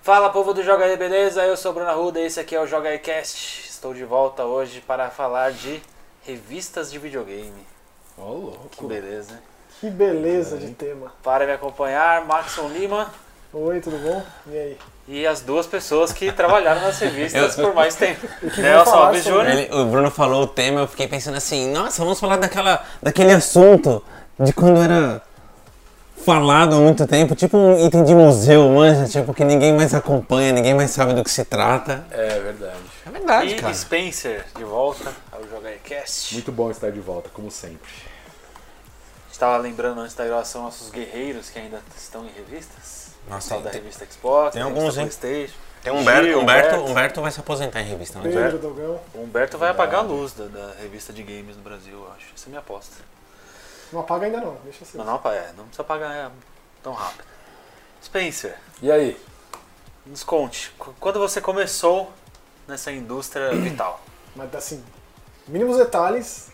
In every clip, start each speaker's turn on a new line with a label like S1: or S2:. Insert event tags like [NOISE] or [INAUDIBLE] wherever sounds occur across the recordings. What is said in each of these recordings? S1: Fala povo do Joga aí, beleza? Eu sou Bruno Arruda e esse aqui é o Joga aí Cast. Estou de volta hoje para falar de revistas de videogame.
S2: Ô, louco.
S1: Que beleza, hein?
S3: Que beleza de tema.
S1: Para me acompanhar, Maxon Lima
S3: Oi, tudo bom? E aí?
S1: e as duas pessoas que trabalharam nas revistas por
S2: [LAUGHS]
S1: mais tempo.
S3: que
S1: Nelson
S3: vão falar
S1: Alves
S3: sobre-
S1: Júnior.
S2: Ele- o Bruno falou o tema, eu fiquei pensando assim, nossa, vamos falar daquela, daquele assunto de quando era falado há muito tempo, tipo um item de museu, manja, tipo que ninguém mais acompanha, ninguém mais sabe do que se trata.
S4: É verdade.
S2: É verdade,
S1: E
S2: cara.
S1: Spencer, de volta ao Joga aí Cast.
S4: Muito bom estar de volta, como sempre.
S1: Estava lembrando antes da gravação nossos guerreiros que ainda estão em revistas.
S2: Nossa,
S1: Pessoal da
S2: tem-
S1: revista Xbox,
S2: tem
S1: da
S2: alguns,
S1: revista
S2: hein?
S1: PlayStation.
S2: Tem o Humberto,
S1: Gil,
S2: Humberto,
S1: Humberto.
S2: Humberto vai se aposentar em revista, não é?
S3: Pedro, Dogão.
S1: O Humberto vai apagar a luz da, da revista de games no Brasil, eu acho. Essa é a minha aposta.
S3: Não apaga ainda não, deixa assim.
S1: Mas não, pai, é, não precisa apagar é, tão rápido. Spencer,
S4: E aí?
S1: nos conte, qu- quando você começou nessa indústria vital?
S3: Mas assim, mínimos
S4: [LAUGHS]
S3: detalhes,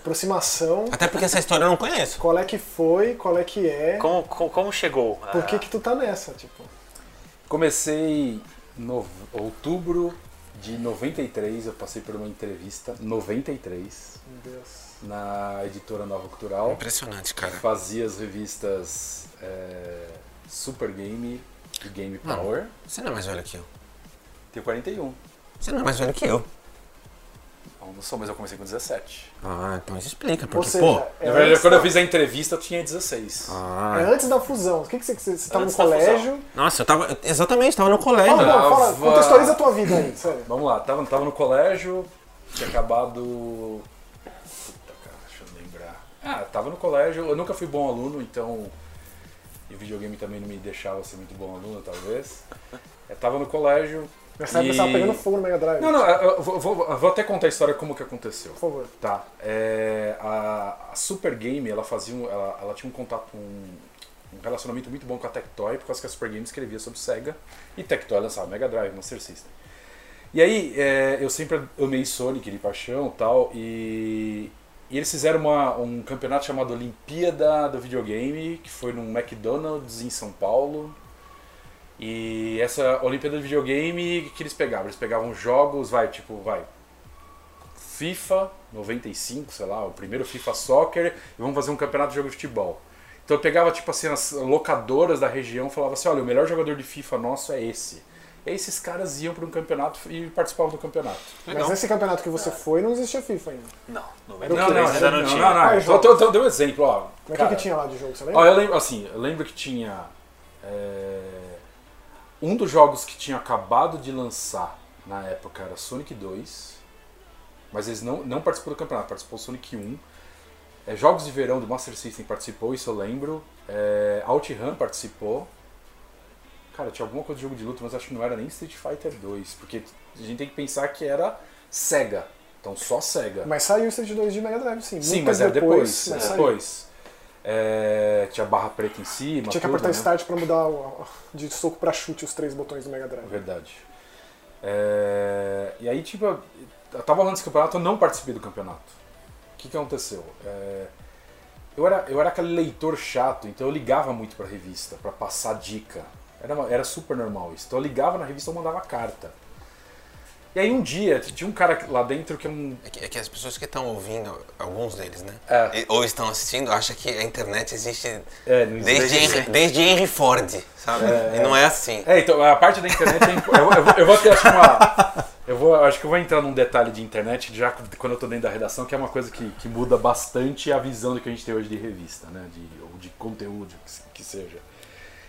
S3: aproximação,
S2: Até porque essa história eu não conheço.
S3: qual é que foi, qual é que é,
S1: Como, co- como, chegou? Ah, a-
S3: por que que tu tá nessa, tipo.
S4: Comecei em nov- outubro de 93, eu passei por uma entrevista, 93,
S3: Meu Deus.
S4: na editora Nova Cultural.
S2: Impressionante, cara.
S4: Fazia as revistas é, Super Game e Game Power.
S2: Você não é mais velho que eu.
S4: Tenho 41.
S2: Você não é mais velho que eu.
S4: Não, não sou, mas eu comecei com 17.
S2: Ah, então isso explica,
S3: Ou
S2: porque,
S3: seja,
S2: pô...
S3: é
S4: Na verdade,
S3: antes
S4: quando
S3: da-
S4: eu fiz a entrevista, eu tinha 16.
S3: É
S2: Ah,
S3: antes da fusão. O que que você, você, você tava no
S1: Antes da fusão.
S3: colégio?
S2: nossa, eu tava... Exatamente, tava no colégio.
S3: Fala, não, fala,
S4: Tava-
S3: contextualiza a tua vida
S4: [LAUGHS]
S3: aí, sério.
S4: Vamos lá, tava, tava no colégio, tinha acabado. Puta cara, deixa eu lembrar. Ah, tava no colégio, eu nunca fui bom aluno, então. E videogame também não me deixava ser muito bom aluno, talvez. Eu tava no colégio.
S3: Nessa época
S4: e-
S3: você tava pegando fogo no Mega Drive.
S4: Não, não, eu eu vou, vou- eu vou até contar a história como que aconteceu.
S3: Por favor.
S4: Tá. é, a, a Super Game, ela fazia um- ela, ela tinha um contato, um, um relacionamento muito bom com a Tectoy, por causa que a Super Game escrevia sobre Sega e Tectoy lançava Mega Drive, Master System. E aí, é, eu sempre amei Sonic de paixão e tal, e, e eles fizeram uma- um campeonato chamado Olimpíada do Videogame, que foi num McDonald's em São Paulo. E essa Olimpíada do Videogame, o que eles pegavam? Eles pegavam jogos, vai, tipo, vai, FIFA 95, sei lá, o primeiro FIFA Soccer, e vamos fazer um campeonato de jogo de futebol. Então eu pegava, tipo assim, as locadoras da região e falava assim, olha, o melhor jogador de FIFA nosso é esse. E aí esses caras iam para um campeonato e participavam do campeonato.
S3: Mas nesse campeonato que
S4: É.
S3: você foi, não existia FIFA ainda.
S1: Não,
S3: Não,
S1: 93 ainda não,
S4: não,
S1: tinha.
S4: não, não.
S3: né? Quais
S4: Então,
S3: jogos?
S4: então, então deu um exemplo, ó.
S3: Mas o
S4: Cara,
S3: que que tinha lá de jogo, você lembra?
S4: Ó, eu lembro, assim, eu lembro que tinha. é, um dos jogos que tinha acabado de lançar na época era Sonic 2. Mas eles não, não participou do campeonato, participou do Sonic 1. É, jogos de verão do Master System participou, isso eu lembro. É, OutRun participou. Cara, tinha alguma coisa de jogo de luta, mas acho que não era nem Street Fighter 2. Porque a gente tem que pensar que era Sega. Então só Sega.
S3: Mas saiu o Street 2 de Mega Drive, sim.
S4: Sim,
S3: muito
S4: mas era
S3: tempo
S4: depois.
S3: mas
S4: é
S3: saiu.
S4: depois. É, tinha barra preta em cima.
S3: Tinha que
S4: tudo,
S3: apertar
S4: né?
S3: start pra mudar o- de soco pra chute os três botões do Mega Drive.
S4: Verdade. É, e aí, tipo, eu eu tava rolando esse campeonato, eu não participei do campeonato. O que, que aconteceu? É, eu, era, eu era aquele leitor chato, então eu ligava muito pra revista, pra passar dica. Era, uma- era super normal isso. Então eu ligava na revista e mandava carta. E aí um dia, tinha um cara lá dentro que é um
S2: É que, é que as pessoas que estão ouvindo, alguns deles, né?
S4: É.
S2: E- ou estão assistindo, acham que a internet existe
S4: É, não existe.
S2: desde, Henry, desde Henry Ford, sabe? E não é assim.
S4: É, então a parte da internet é impo- eu, vou- eu vou- eu vou ter acho que uma. Eu vou, acho que eu vou entrar num detalhe de internet já quando eu tô dentro da redação, que é uma coisa que, que muda bastante a visão do que a gente tem hoje de revista, né? De, ou de conteúdo, que se- que seja.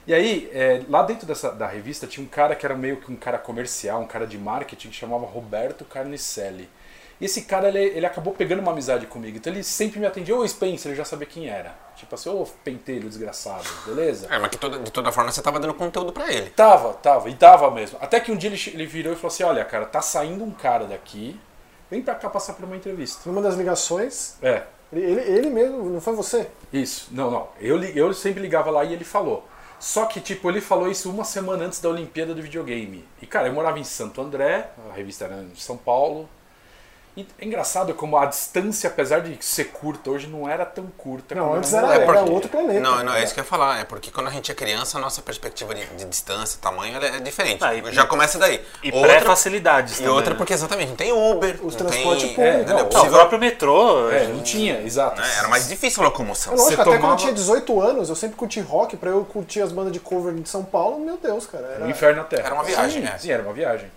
S4: E aí, é, lá dentro dessa, da revista tinha um cara que era meio que um cara comercial, um cara de marketing, que chamava Roberto Carnicelli. E esse cara, ele, ele acabou pegando uma amizade comigo. Então ele sempre me atendia, ô Spencer, eu já sabia quem era. Tipo assim, ô pentelho desgraçado, beleza?
S2: É, mas que toda- de toda forma você tava dando conteúdo pra ele.
S4: Tava, tava, e tava mesmo. Até que um dia ele, che- ele virou e falou assim: Olha, cara, tá saindo um cara daqui, vem pra cá passar por uma entrevista.
S3: Numa das ligações,
S4: É,
S3: ele, ele- ele mesmo, não foi você?
S4: isso. Não, não. Eu, li- eu sempre ligava lá e ele falou. Só que, tipo, ele falou isso uma semana antes da Olimpíada do videogame. E, cara, eu morava em Santo André, a revista era em São Paulo. E é engraçado como a distância, apesar de ser curta, hoje não era tão curta.
S3: Não,
S4: como
S3: antes
S4: era
S3: era,
S4: na
S2: É
S4: época.
S3: era
S2: porque-
S3: outro planeta.
S2: Não, não, é isso que eu ia falar. É porque quando a gente é criança, a nossa perspectiva de, de distância, tamanho ela é diferente.
S1: Ah, e-
S2: Já começa daí.
S1: E
S2: Outra-
S1: pré-facilidades
S2: E
S1: também,
S2: outra
S1: né?
S2: porque exatamente, não tem Uber,
S3: Os
S2: não tem...
S3: transporte público.
S2: é, entendeu?
S4: Não,
S1: Não, o
S2: Possível-
S1: próprio metrô...
S4: É, não tinha, exato.
S2: né? Era mais difícil a locomoção.
S3: É lógico,
S4: Você
S3: até quando
S4: tomava-
S3: eu tinha 18 anos, eu sempre curti rock, pra eu curtir as bandas de cover de São Paulo, meu Deus, cara. Era...
S4: Um inferno na Terra.
S2: Era uma viagem,
S4: Sim,
S2: é.
S4: sim, era uma viagem.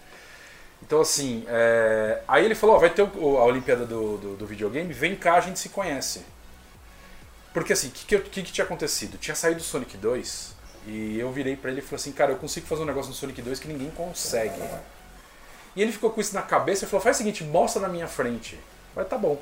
S4: Então, assim, é, aí ele falou: ó, vai ter o- a Olimpíada do, do, do videogame, vem cá, a gente se conhece. Porque, assim, o que, que, eu- que, que tinha acontecido? Tinha saído o Sonic 2 e eu virei pra ele e falei assim: cara, eu consigo fazer um negócio no Sonic 2 que ninguém consegue. E ele ficou com isso na cabeça e falou: faz o seguinte, mostra na minha frente. Vai, tá bom.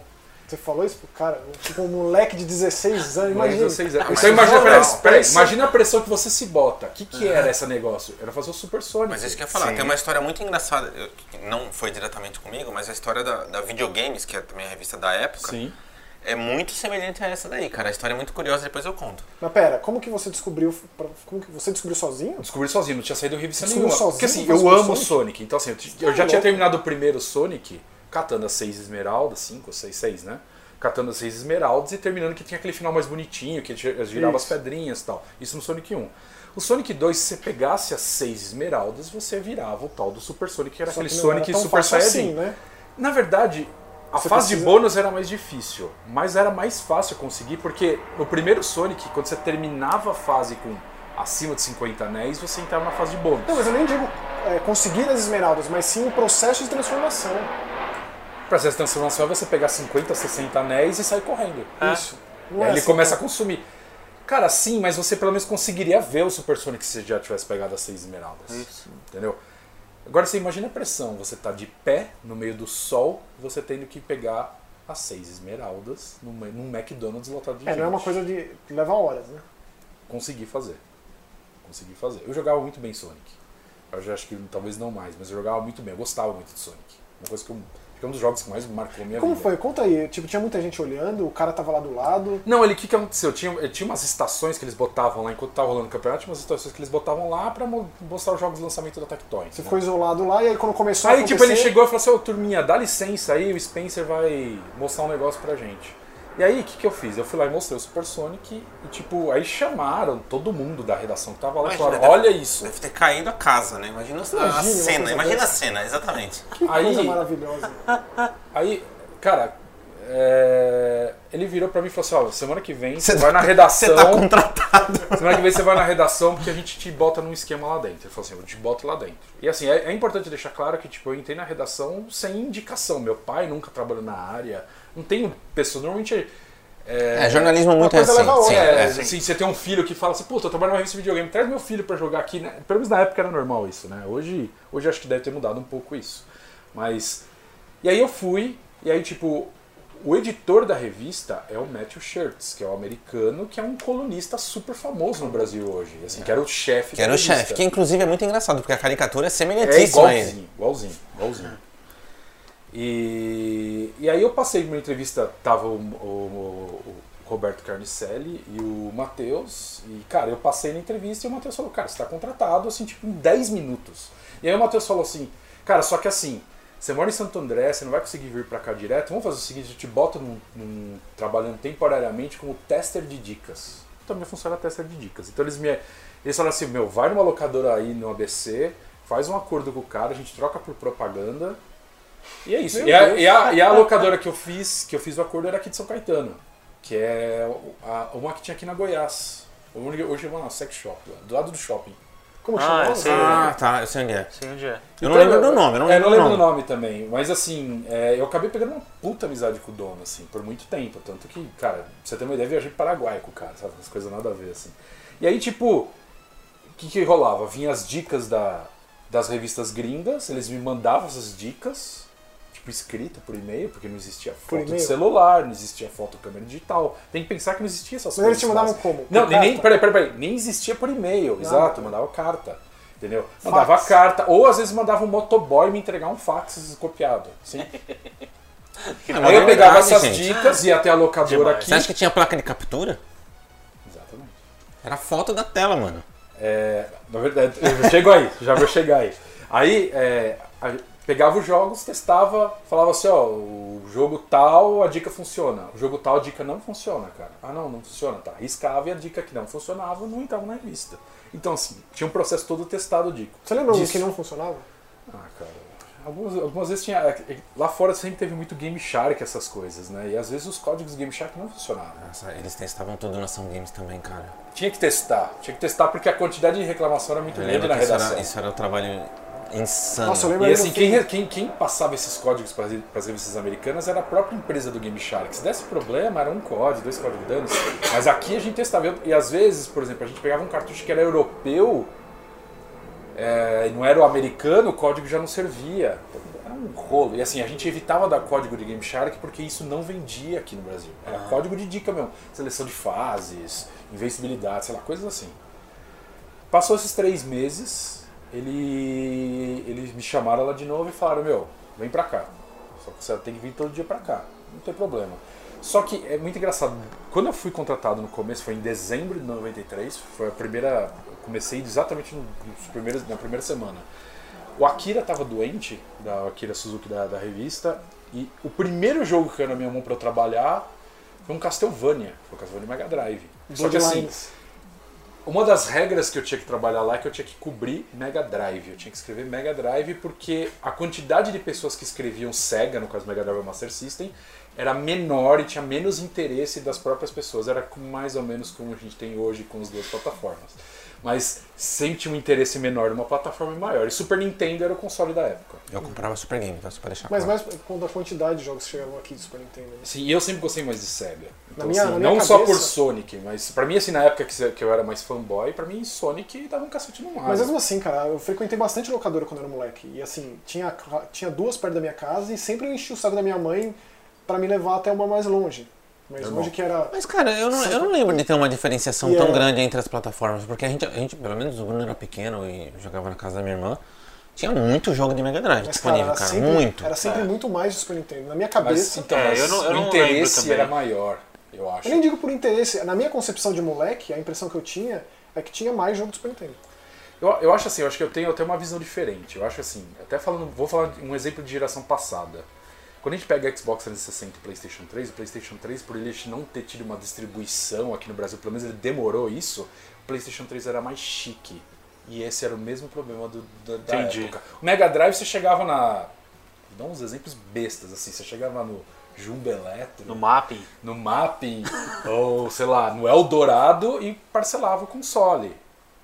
S3: Você falou isso pro cara, tipo um moleque de 16 anos,
S4: Mas
S3: imagina. Ah,
S4: vocês-
S2: mas
S4: Então imagina,
S2: não,
S4: peraí,
S2: não,
S4: peraí,
S3: isso-
S4: imagina a pressão que você se bota. O que, que era esse negócio? Era fazer o Super Sonic.
S2: Mas é isso que eu ia falar,
S1: Sim.
S2: tem uma história muito engraçada, eu- que não foi diretamente comigo, mas a história da, da Videogames, que é também a revista da época,
S4: Sim.
S2: é muito semelhante a essa daí, cara. A história é muito curiosa, depois eu conto.
S3: Mas pera, como que você descobriu. pra- Como que você descobriu sozinho?
S4: Descobri sozinho, não tinha saído revista
S3: Descobriu
S4: nenhuma.
S3: sozinho?
S4: Porque assim,
S3: Mas
S4: eu
S3: por
S4: amo Sonic?
S3: Sonic?
S4: então assim, eu, ti- eu já
S3: tá
S4: tinha
S3: louco.
S4: terminado o primeiro Sonic, catando as seis esmeraldas, cinco, seis, seis, né? Catando as seis esmeraldas e terminando que tinha aquele final mais bonitinho, que gi- girava as
S3: Isso.
S4: pedrinhas e tal. Isso no Sonic 1. O Sonic 2, se você pegasse as seis esmeraldas, você virava o tal do Super Sonic, que era
S3: Só
S4: aquele
S3: que não
S4: Sonic
S3: era tão
S4: Super
S3: fácil
S4: Saiyajin.
S3: assim, né?
S4: Na verdade, a
S3: Você
S4: fase de
S3: precisa-
S4: bônus era mais difícil, mas era mais fácil conseguir, porque no primeiro Sonic, quando você terminava a fase com acima de 50 anéis, você entrava na fase de bônus.
S3: Não, mas eu nem digo é, conseguir as esmeraldas, mas sim o processo de transformação.
S4: O processo de transformação é você pegar 50, 60 anéis e sair correndo.
S1: Ah.
S3: Isso.
S4: E
S3: Não
S4: aí
S3: é
S4: ele
S3: assim,
S4: começa
S3: né?
S4: a consumir. Cara, sim, mas você pelo menos conseguiria ver o Super Sonic se você já tivesse pegado as seis esmeraldas.
S1: Isso.
S4: Entendeu? Agora você imagina a pressão, você tá de pé no meio do sol, você tendo que pegar as seis esmeraldas num, num McDonald's lotado de
S3: É, não é uma
S4: gente.
S3: coisa de. leva horas, né?
S4: consegui fazer. Consegui fazer. Eu jogava muito bem Sonic. Eu já acho que talvez não mais, mas eu jogava muito bem. Eu gostava muito de Sonic. Uma coisa que eu, acho que é um dos jogos que mais marcou a minha
S3: Como
S4: vida.
S3: foi? Conta aí. Tipo, tinha muita gente olhando, o cara tava lá do lado.
S4: Não, ele o que, que aconteceu? Tinha, ele tinha umas estações que eles botavam lá enquanto tava rolando o campeonato, tinha umas estações que eles botavam lá pra mo- mostrar os jogos de lançamento da Tectoy. né?
S3: Você ficou isolado lá, e aí quando começou a
S4: Aí,
S3: acontecer...
S4: tipo, ele chegou e falou assim, ô, turminha, dá licença aí, o Spencer vai mostrar um negócio pra gente. E aí, o que, que eu fiz? Eu fui lá e mostrei o Super Sonic e, tipo, aí chamaram todo mundo da redação que tava lá e
S2: Imagina,
S4: falaram,
S2: deve-
S4: olha isso.
S2: Deve ter caído a casa, né? Imagina a- a,
S3: Imagina uma
S2: cena,
S3: coisa
S2: imagina a
S3: dessa.
S2: cena, exatamente.
S3: Que coisa
S4: Aí-
S3: maravilhosa.
S4: Aí, cara, é, ele virou pra mim e falou assim, ó, semana que vem você vai na redação,
S2: Você tá contratado.
S4: [LAUGHS] semana que vem você vai na redação porque a gente te bota num esquema lá dentro. Ele falou assim, eu te boto lá dentro. E assim, é, é importante deixar claro que, tipo, eu entrei na redação sem indicação. Meu pai nunca trabalhou na área, não tenho pessoa, normalmente...
S2: É, jornalismo muito
S3: Uma coisa leva a outra,
S4: É,
S2: é.
S4: assim, você tem um filho que fala assim, puta, eu trabalho numa revista de videogame, traz meu filho pra jogar aqui, né? Pelo menos na época era normal isso, né? Hoje, hoje acho que deve ter mudado um pouco isso. Mas. E aí eu fui, e aí, tipo, o editor da revista é o Matthew Shirts, que é o americano, que é um colunista super famoso no Brasil hoje. Assim, que era o chefe
S2: Que era o
S4: revista.
S2: chefe, que inclusive é muito engraçado, porque a caricatura é
S4: É
S2: semelhantíssima a ele.
S4: igualzinho, igualzinho, igualzinho. E, e aí eu passei uma entrevista, tava o, o- o Roberto Carnicelli e o Matheus, e cara, eu passei na entrevista e o Matheus falou, cara, você tá contratado, assim, tipo, em 10 minutos. E aí o Matheus falou assim, cara, só que assim, você mora em Santo André, você não vai conseguir vir pra cá direto, vamos fazer o seguinte, eu te boto num, num- trabalhando temporariamente como tester de dicas. Então minha função era tester de dicas. Então eles me eles falaram assim, meu, vai numa locadora aí no ABC, faz um acordo com o cara, a gente troca por propaganda. E é isso.
S3: Meu
S4: E a,
S3: Deus.
S4: e, a, e a locadora que eu fiz, que eu fiz o acordo era aqui de São Caetano, que é a- uma que tinha aqui na Goiás. Hoje hoje eu vou na sex shop, do lado do shopping.
S3: Como
S1: Ah,
S3: chamava?
S1: eu sei.
S2: Ah, tá, eu sei onde é.
S1: Sei onde é.
S2: Eu não lembro do nome, eu não
S4: é,
S2: lembro, do
S4: o
S2: nome.
S4: nome também. Mas assim, é, eu acabei pegando uma puta amizade com o dono, assim, por muito tempo. Tanto que, cara, pra você ter uma ideia, eu viajei pro Paraguai com o cara, sabe? As coisas nada a ver, assim. E aí, tipo, o que, que rolava? Vinha as dicas da- das revistas gringas, eles me mandavam essas dicas, tipo, escrita por e-mail, porque não existia
S3: Por
S4: foto de
S3: e-mail?
S4: celular, não existia foto câmera digital. Tem que pensar que não existia essas
S3: Mas
S4: coisas.
S3: eles te mandavam
S4: mais.
S3: como?
S4: Não,
S3: Por
S4: nem, nem,
S3: carta?
S4: peraí, peraí, peraí. Nem existia por e-mail, exato, mandava carta. Entendeu? Mandava
S3: Fax.
S4: carta, ou às vezes mandava um motoboy me entregar um fax copiado. Sim. Aí eu pegava essas dicas, ia até a locadora
S1: É Demais.
S4: aqui.
S2: Você acha que tinha placa de captura?
S4: Exatamente.
S2: Era foto da tela, mano.
S4: É, na verdade, eu já chego aí, já vou chegar aí. Aí, é, a- Pegava os jogos, testava, falava assim, ó, o jogo tal, a dica funciona. O jogo tal, a dica não funciona, cara. Ah, não, não funciona, tá. Riscava e a dica que não funcionava não entrava na revista. Então, assim, tinha um processo todo testado dica.
S3: Você lembra um
S4: Disso.
S3: que não funcionava?
S4: Ah, cara. Algumas, algumas vezes tinha. é, Lá fora sempre teve muito Game Shark, essas coisas, né? E às vezes os códigos Game Shark não funcionavam.
S2: Nossa, eles testavam tudo na Ação Games também, cara.
S4: Tinha que testar. Tinha que testar porque a quantidade de reclamação era muito
S5: É,
S2: Eu
S4: grande
S2: lembro
S4: na
S2: que isso
S4: redação.
S2: era, isso era um trabalho insano.
S3: Nossa, eu lembro
S4: E
S3: ainda
S4: assim,
S3: um
S4: quem,
S3: filme-
S4: re- quem, quem passava esses códigos para as revistas americanas era a própria empresa do Game Shark. Se desse problema, era um código, dois códigos danos. Mas aqui a gente testava. E às vezes, por exemplo, a gente pegava um cartucho que era europeu é, e não era o americano, o código já não servia. Era um rolo. E assim, a gente evitava dar código de Game Shark porque isso não vendia aqui no Brasil. Era código de dica mesmo. Seleção de fases, invencibilidade, sei lá, coisas assim. Passou esses três meses, ele, eles me chamaram lá de novo e falaram, meu, vem pra cá. Só que você tem que vir todo dia pra cá. Não tem problema. Só que é muito engraçado. Quando eu fui contratado no começo, foi em dezembro de 93, foi a primeira. Eu comecei exatamente no- nos primeiros, na primeira semana. O Akira tava doente, da o Akira Suzuki da, da revista, e o primeiro jogo que caiu na minha mão pra eu trabalhar foi um Castlevania, foi o Castlevania Mega Drive. Só que assim,
S3: Bloodlines.
S4: uma das regras que eu tinha que trabalhar lá é que eu tinha que cobrir Mega Drive. Eu tinha que escrever Mega Drive porque a quantidade de pessoas que escreviam Sega, no caso Mega Drive ou Master System, era menor e tinha menos interesse das próprias pessoas. Era com- mais ou menos como a gente tem hoje com as duas plataformas. Mas sempre tinha um interesse menor numa plataforma e maior. E Super Nintendo era o console da época.
S2: Eu comprava Super Game, então só pra deixar
S3: Mas
S2: claro.
S3: mais quando a quantidade de jogos que chegavam aqui do Super Nintendo. né?
S4: Assim, eu sempre gostei mais de Sega. Então,
S3: minha-
S4: assim,
S3: na minha
S4: não só
S3: cabeça-
S4: por Sonic, mas pra mim, assim, na época que que eu era mais fanboy, pra mim Sonic dava um cacete no mar.
S3: Mas mesmo assim, cara, eu frequentei bastante locadora quando eu era moleque. E assim, tinha, cla- tinha duas perto da minha casa e sempre eu enchi o saco da minha mãe pra me levar até uma mais longe. Mais
S4: Irmão.
S3: longe que era.
S2: Mas, cara, eu não, eu não lembro de ter uma diferenciação
S3: E
S2: tão
S3: é-
S2: grande entre as plataformas, porque a gente, a gente, pelo menos o Bruno era pequeno e jogava na casa da minha irmã, tinha muito jogo de Mega Drive
S3: Mas, cara,
S2: disponível,
S3: era
S2: cara,
S3: sempre,
S2: muito.
S3: era sempre muito mais do Super Nintendo. Na minha
S4: Mas,
S3: cabeça.
S4: então,
S1: É,
S4: mas
S1: eu não- eu
S4: o
S1: não lembro
S4: interesse
S1: também.
S4: era maior, eu acho.
S3: Eu nem digo por interesse. Na minha concepção de moleque, a impressão que eu tinha é que tinha mais jogo do Super Nintendo.
S4: Eu, eu acho assim, eu acho que eu tenho até uma visão diferente. Eu acho assim, até falando, vou falar de um exemplo de geração passada. Quando a gente pega Xbox 360 e PlayStation 3, o PlayStation 3, por ele não ter tido uma distribuição aqui no Brasil, pelo menos ele demorou isso, o PlayStation 3 era mais chique. E esse era o mesmo problema do, da, da
S1: Entendi.
S4: época. O Mega Drive você chegava na. Vou dar uns exemplos bestas, assim, você chegava no Jumbo Eletro.
S1: No mapping.
S4: no Mapping [LAUGHS] ou sei lá, no Eldorado e parcelava o console.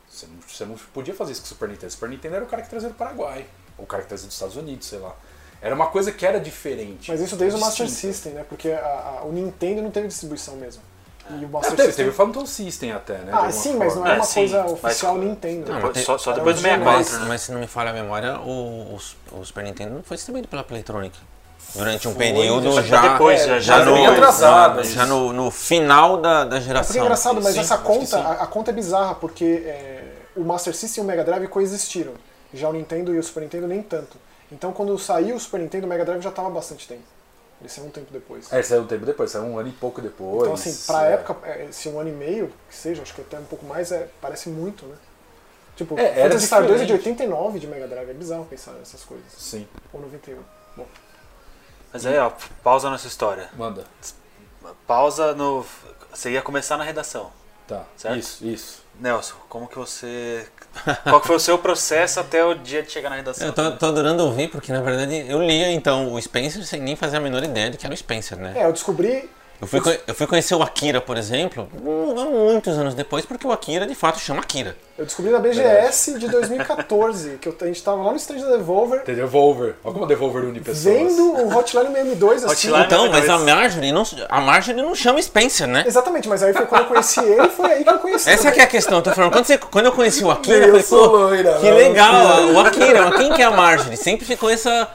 S4: Você não, você não podia fazer isso com o Super Nintendo. O Super Nintendo era o cara que trazia do Paraguai, ou o cara que trazia dos Estados Unidos, sei lá. Era uma coisa que era diferente.
S3: Mas isso desde o Master
S4: distinta. É,
S3: System, né? Porque a- a- o Nintendo não teve distribuição mesmo. E o
S4: Ah,
S3: Master
S4: teve,
S3: System.
S4: teve o Phantom System até, né? de
S3: Ah,
S4: alguma
S3: sim, mas não
S4: forma.
S3: era
S1: É,
S3: uma
S1: sim,
S3: coisa
S1: mas-
S3: oficial Nintendo.
S1: Depois-
S2: mas-
S1: só, só
S3: era
S1: depois do
S3: um
S1: 64,
S2: Mas,
S1: né?
S2: mas se não me falha a memória, o, o, o Super Nintendo não foi distribuído pela Playtronic. Durante um
S4: Foi,
S2: período
S4: já
S2: já,
S1: depois, É,
S3: é,
S1: já- é, já
S2: no,
S1: bem
S4: atrasado,
S2: já
S1: é.
S2: no, no final da, da
S3: É porque é
S2: geração.
S3: engraçado, mas
S4: Sim,
S3: essa
S4: acho que
S3: conta,
S4: sim.
S3: a, a conta é bizarra, porque é, o Master System e o Mega Drive coexistiram. Já o Nintendo e o Super Nintendo nem tanto. Então quando saiu o Super Nintendo, o Mega Drive já tava há bastante tempo. Ele saiu um tempo depois.
S4: É, saiu um tempo depois, saiu um ano e pouco depois.
S3: Então assim, pra
S4: é.
S3: época, é, se um ano e meio, que seja, acho que até um pouco mais, é, parece muito, né? Tipo,
S4: É,
S3: é,
S4: era
S3: Phantasy Star 2 é de
S4: diferente.
S3: 89 de Mega Drive, é bizarro pensar nessas coisas.
S4: Sim,
S3: Ou 91.
S1: Mas aí, ó, pausa nessa história.
S4: manda.
S1: Pausa no. Você ia começar na redação.
S4: Tá,
S1: Certo?
S4: isso, isso.
S1: Nelson, como que você. Qual que foi o seu processo até o dia de chegar na redação?
S2: Eu tô, tô adorando ouvir, porque na verdade eu lia então o Spencer sem nem fazer a menor ideia de que era o Spencer, né?
S3: É, eu descobri
S2: Eu fui, co- eu fui conhecer o Akira, por exemplo, mu- muitos anos depois, porque o Akira de fato chama Akira.
S3: Eu descobri na BGS de 2014, que eu- a gente tava lá no stand da Devolver,
S4: Tem Devolver. Olha como a Devolver une pessoas.
S3: vendo o Hotline Miami 2 assim.
S1: Hotline-
S2: Então,
S1: mas
S2: mas a
S1: talvez-
S2: Marjorie não, a Marjorie não chama Spencer, né?
S3: Exatamente, mas aí foi quando eu conheci ele, foi aí que eu conheci.
S2: Essa que é a questão, eu tô falando. Quando, você- quando eu conheci o Akira, eu
S4: Eu
S2: falei,
S4: sou
S2: pô,
S4: loira,
S2: que
S4: não,
S2: legal, ó, o Akira, mas quem que é a Marjorie? Sempre ficou essa,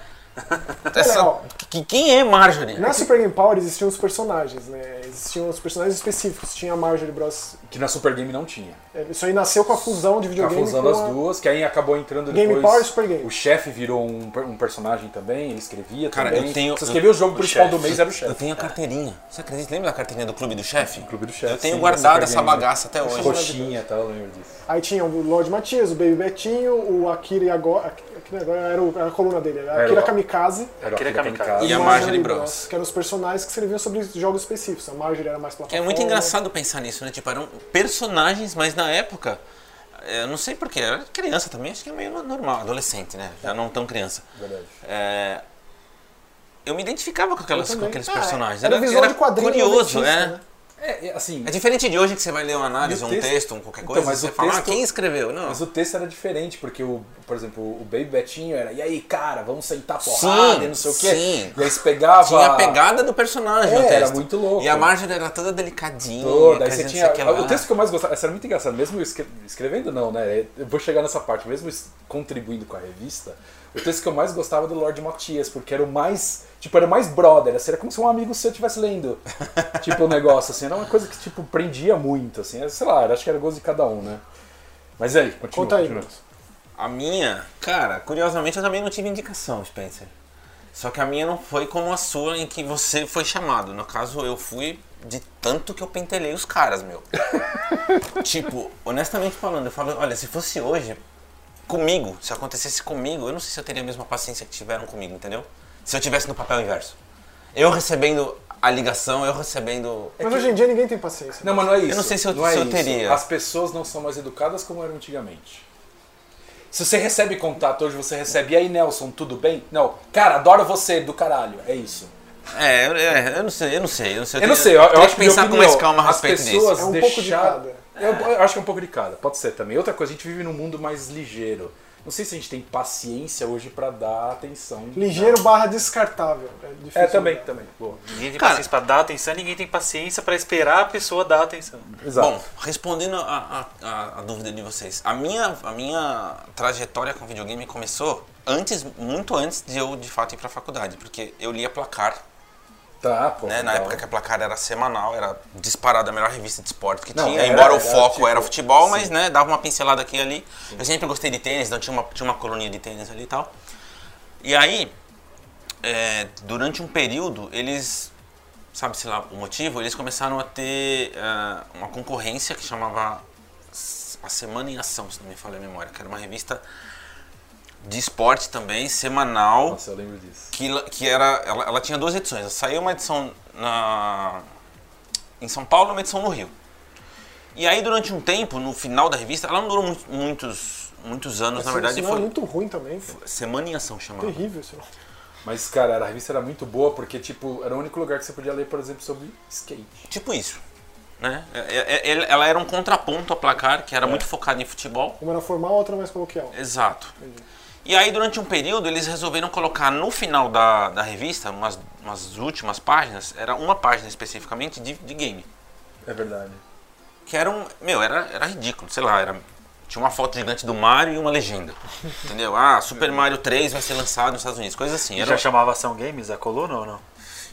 S5: Essa-
S3: legal.
S5: que- quem é Marjorie?
S3: Na Super Game Power existiam os personagens, né? Existiam os personagens específicos. Tinha a Marjorie Bros.
S4: Que na Super Game não tinha.
S3: é, Isso aí nasceu com a fusão de
S4: A
S3: videogame.
S4: fusão
S3: com
S4: das
S3: a-
S4: duas, que aí acabou entrando
S3: Game
S4: depois.
S3: Power e Super Game.
S4: O chefe virou um, per- um personagem também, ele escrevia
S5: Cara,
S4: também.
S5: eu tenho-
S4: Você escrevia o jogo
S1: o
S4: principal
S1: chefe.
S4: do mês, era o
S5: Eu
S4: chefe.
S5: tenho a carteirinha. Você acredita? Lembra da carteirinha do Clube do Chefe?
S4: Clube do chefe.
S5: Eu tenho
S4: sim,
S5: guardado
S4: da
S5: essa
S4: Super Game.
S5: bagaça até hoje.
S4: Coxinha e tal, eu lembro disso.
S3: Aí tinha o Lorde Matias, o Baby Betinho, o Akira e agora. Akira agora era, o- era a coluna dele, era Akira
S4: o-
S3: Kamikaze.
S4: Era
S1: Aquele
S4: aquele
S1: kamikaze.
S4: kamikaze.
S5: E a Marjorie Bros.
S3: Que eram os personagens que serviam sobre jogos específicos. A Marjorie era mais
S5: Que é
S3: plataforma.
S5: muito engraçado pensar nisso, né? Tipo, eram personagens, mas na época, eu não sei porquê, era criança também, acho que é meio normal, adolescente, né? Já não tão criança.
S4: Verdade.
S5: É, eu me identificava com, aquelas,
S3: Eu
S5: com
S3: também.
S5: aqueles
S3: Ah,
S5: personagens.
S3: era visual de quadrinho
S5: curioso,
S3: noventista,
S5: é.
S3: né?
S4: É, é, assim,
S5: É diferente de hoje que você vai ler uma análise,
S4: E o
S5: um
S4: texto?
S5: texto, um qualquer
S4: Então,
S5: coisa,
S4: mas
S5: você
S4: o
S5: fala, ah,
S4: texto-
S5: quem escreveu? Não.
S4: Mas o texto era diferente, porque, o, por exemplo, o Baby Betinho era, e aí, cara, vamos sentar a
S5: Sim,
S4: porrada e não sei o quê.
S5: sim.
S4: E aí você pegava.
S5: Tinha a pegada do personagem
S4: É,
S5: no
S4: era
S5: texto.
S4: muito louco.
S5: E a Marjorie era toda delicadinha.
S4: toda, aí
S5: coisa
S4: você
S5: não
S4: tinha.
S5: sei o que lá.
S4: O texto que eu mais gostava, essa era muito engraçado, mesmo eu escre- escrevendo, não, né? Eu vou chegar nessa parte, mesmo es- contribuindo com a revista, o texto que eu mais gostava era do Lorde Matias, porque era o mais. Tipo, era o mais brother, assim, era como se um amigo seu estivesse
S5: [LAUGHS]
S4: lendo. tipo, o negócio, assim, era uma coisa que, tipo, prendia muito, assim, era, sei lá, era- acho que era gosto de cada um, né? Mas aí, continua.
S3: Conta aí,
S4: continua.
S3: Lucas.
S5: A minha, cara, curiosamente eu também não tive indicação, Spencer. Só que a minha não foi como a sua em que você foi chamado. No caso, eu fui de tanto que eu pentelei os caras, meu. [LAUGHS] tipo, honestamente falando, eu falo, olha, se fosse hoje, comigo, se acontecesse comigo, eu não sei se eu teria a mesma paciência que tiveram comigo, entendeu? Se eu tivesse no papel inverso. Eu recebendo a ligação, eu recebendo.
S3: Mas hoje em dia ninguém tem paciência.
S4: Não, mas não é isso.
S5: não sei se eu-
S4: não é
S5: se eu
S4: isso.
S5: teria.
S4: As pessoas não são mais educadas como eram antigamente. Se você recebe contato hoje, você recebe. E aí, Nelson, tudo bem? Não. Cara, adoro você do caralho. É isso.
S5: É, eu- é, eu não sei, eu não sei. Eu não sei,
S4: Eu não sei, eu, eu
S5: teria
S4: acho
S5: que
S4: que minha
S5: pensar com
S4: opinião,
S5: mais calma a
S4: as
S5: respeito disso.
S4: pessoas
S3: É um pouco de
S4: deixaram-
S3: cada.
S4: Eu, eu acho que é um pouco de cada, pode ser também. Outra coisa, a gente vive num mundo mais ligeiro. Não sei se a gente tem paciência hoje pra dar atenção.
S3: Ligeiro barra descartável. É, difícil
S4: É, também,
S3: mudar.
S4: também. Boa.
S1: Ninguém tem
S5: Cara-
S1: paciência pra dar atenção, ninguém tem paciência pra esperar a pessoa dar atenção.
S4: Exato.
S5: Bom, respondendo a, a- a- a dúvida de vocês, a minha, a minha trajetória com videogame começou antes, muito antes de eu de fato ir pra faculdade, porque eu lia placar,
S4: tá, pô.
S5: né? Na
S4: legal.
S5: época que a placar era semanal, era disparada a melhor revista de esporte que
S4: Não,
S5: tinha,
S4: era,
S5: embora o
S4: era,
S5: foco
S4: tipo,
S5: era futebol,
S4: sim.
S5: mas né, dava uma pincelada aqui e ali. Eu sempre gostei de tênis, então tinha uma, tinha uma coluninha de tênis ali e tal. E aí, é, durante um período, eles sabe se lá o motivo, eles começaram a ter ah, uma concorrência que chamava S- A Semana em Ação, se não me falha a memória, que era uma revista de esporte também, semanal,
S4: Nossa, eu lembro disso.
S5: que, la- que era. Ela, ela tinha duas edições. Saiu uma edição na, em São Paulo e uma edição no Rio. E aí durante um tempo, no final da revista, ela não durou mu- muitos, muitos anos,
S3: Mas
S5: na verdade
S3: isso não é
S5: foi.
S3: muito ruim também. pô.
S5: Semana em Ação chamava.
S3: Terrível isso. não.
S4: Mas, cara, a revista era muito boa porque, tipo, era o único lugar que você podia ler, por exemplo, sobre skate.
S5: Tipo isso. Né? É- é- é- Ela era um contraponto ao placar, que era muito focado em futebol.
S3: Uma era formal, a outra mais coloquial.
S5: É, Exato. E aí, durante um período, eles resolveram colocar no final da, da revista, umas, umas últimas páginas, era uma página especificamente de, de game.
S4: É verdade.
S5: Que era um. Meu, era, era ridículo, sei lá, era. Tinha uma foto gigante do Mario e uma legenda. Entendeu? Ah, Super Mario 3 vai ser lançado nos Estados Unidos, coisa assim. Era...
S1: Já chamava Ação Games a coluna ou não?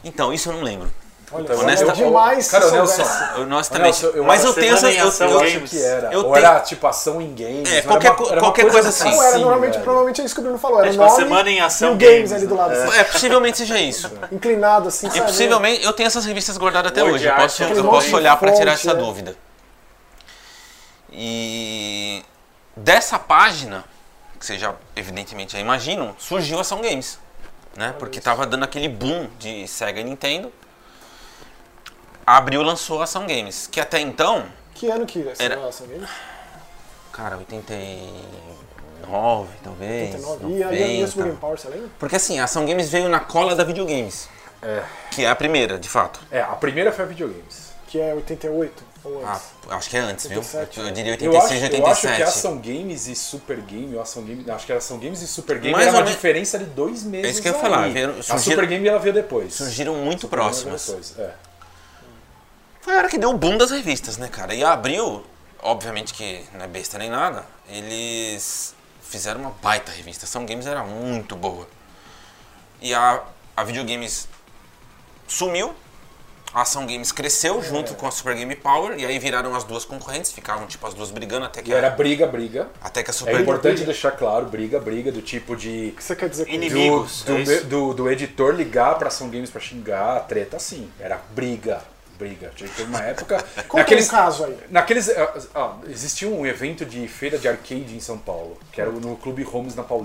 S5: Então, isso eu não lembro.
S3: Olha,
S4: Então,
S3: é
S5: honesta-
S3: demais se
S4: Cara, o
S3: soubesse.
S4: Nelson,
S5: Eu, honestamente.
S4: Nelson, eu
S5: mas
S4: acho
S5: eu
S1: que
S5: tenho
S1: você manda
S5: essa.
S1: em ação,
S5: Eu,
S4: eu
S5: eu,
S4: acho
S1: games.
S4: que era.
S5: eu
S4: Ou
S5: tenho-
S4: era, tipo, ação em games.
S5: É,
S4: não
S5: qualquer
S4: era
S5: co-
S4: uma, era uma
S5: qualquer coisa assim.
S3: Não era,
S5: Sim,
S3: normalmente,
S4: velho.
S3: provavelmente é isso que o Bruno falou. Era
S1: Acho que a
S3: nome
S1: semana em ação
S3: e o games,
S1: games,
S3: ali do
S1: né?
S3: lado. assim,
S5: É, possivelmente seja isso.
S3: Inclinado assim,
S5: É
S3: sabe?
S5: possivelmente, eu tenho essas revistas guardadas até
S1: Word
S5: hoje. Eu
S1: art,
S5: posso,
S1: aquele
S5: eu
S3: monte
S5: posso
S3: de
S5: olhar para tirar
S3: fonte,
S5: essa
S3: né?
S5: dúvida. E dessa página, que vocês já evidentemente já imaginam, surgiu a Ação Games. Né? Porque tava dando aquele boom de Sega e Nintendo. Abriu lançou a Ação Games, que até então,
S3: Que ano que é era essa
S5: Era-
S3: relação games?
S5: cara, 89 talvez.
S3: 89. E aí é né? a
S5: 90.
S3: Super Game Power, você lembra?
S5: Porque assim, a Ação Games veio na cola da videogames. Que é a primeira, de fato.
S4: É, a primeira foi a videogames.
S3: Que é 88 ou
S5: Ah,
S3: antes.
S5: acho que é antes, viu?
S3: 87,
S5: Eu, eu
S3: né?
S5: diria
S4: Eu acho,
S5: 86,
S4: eu acho que é
S5: 87.
S4: ação games e super game, ou ação game, acho que era ação games e super game
S5: Mais
S4: era
S5: ou
S4: uma
S5: menos-
S4: diferença de dois meses.
S5: É isso que eu ia
S4: aí.
S5: falar, vieram-
S4: A
S5: surgiram-
S4: super game ela veio depois.
S5: Surgiram muito
S4: Ela veio
S5: próximas.
S4: depois, é.
S5: Foi a hora que deu o boom das revistas, né, cara? E a Abril, obviamente que não é besta nem nada, eles fizeram uma baita revista. São Games era muito boa. e a, a videogames sumiu, a Ação Games cresceu
S4: É.
S5: junto com a Super Game Power, e aí viraram as duas concorrentes, ficaram tipo as duas brigando até que,
S4: E era
S5: a,
S4: briga, briga.
S5: até que a
S4: É
S5: Super
S4: importante deixar claro, briga, briga, do tipo de.
S3: que você quer dizer com
S4: do-
S3: isso?
S1: Inimigos,
S4: Do,
S1: é isso?
S4: do- do editor ligar pra Ação Games pra xingar, treta assim. Era briga, briga. Teve
S3: [LAUGHS]
S4: uma época.
S3: Conta
S4: naqueles-
S3: um caso aí.
S4: Naqueles. ah, ah, existia um evento de feira de arcade em São Paulo, que era no Clube Homes na Paulista.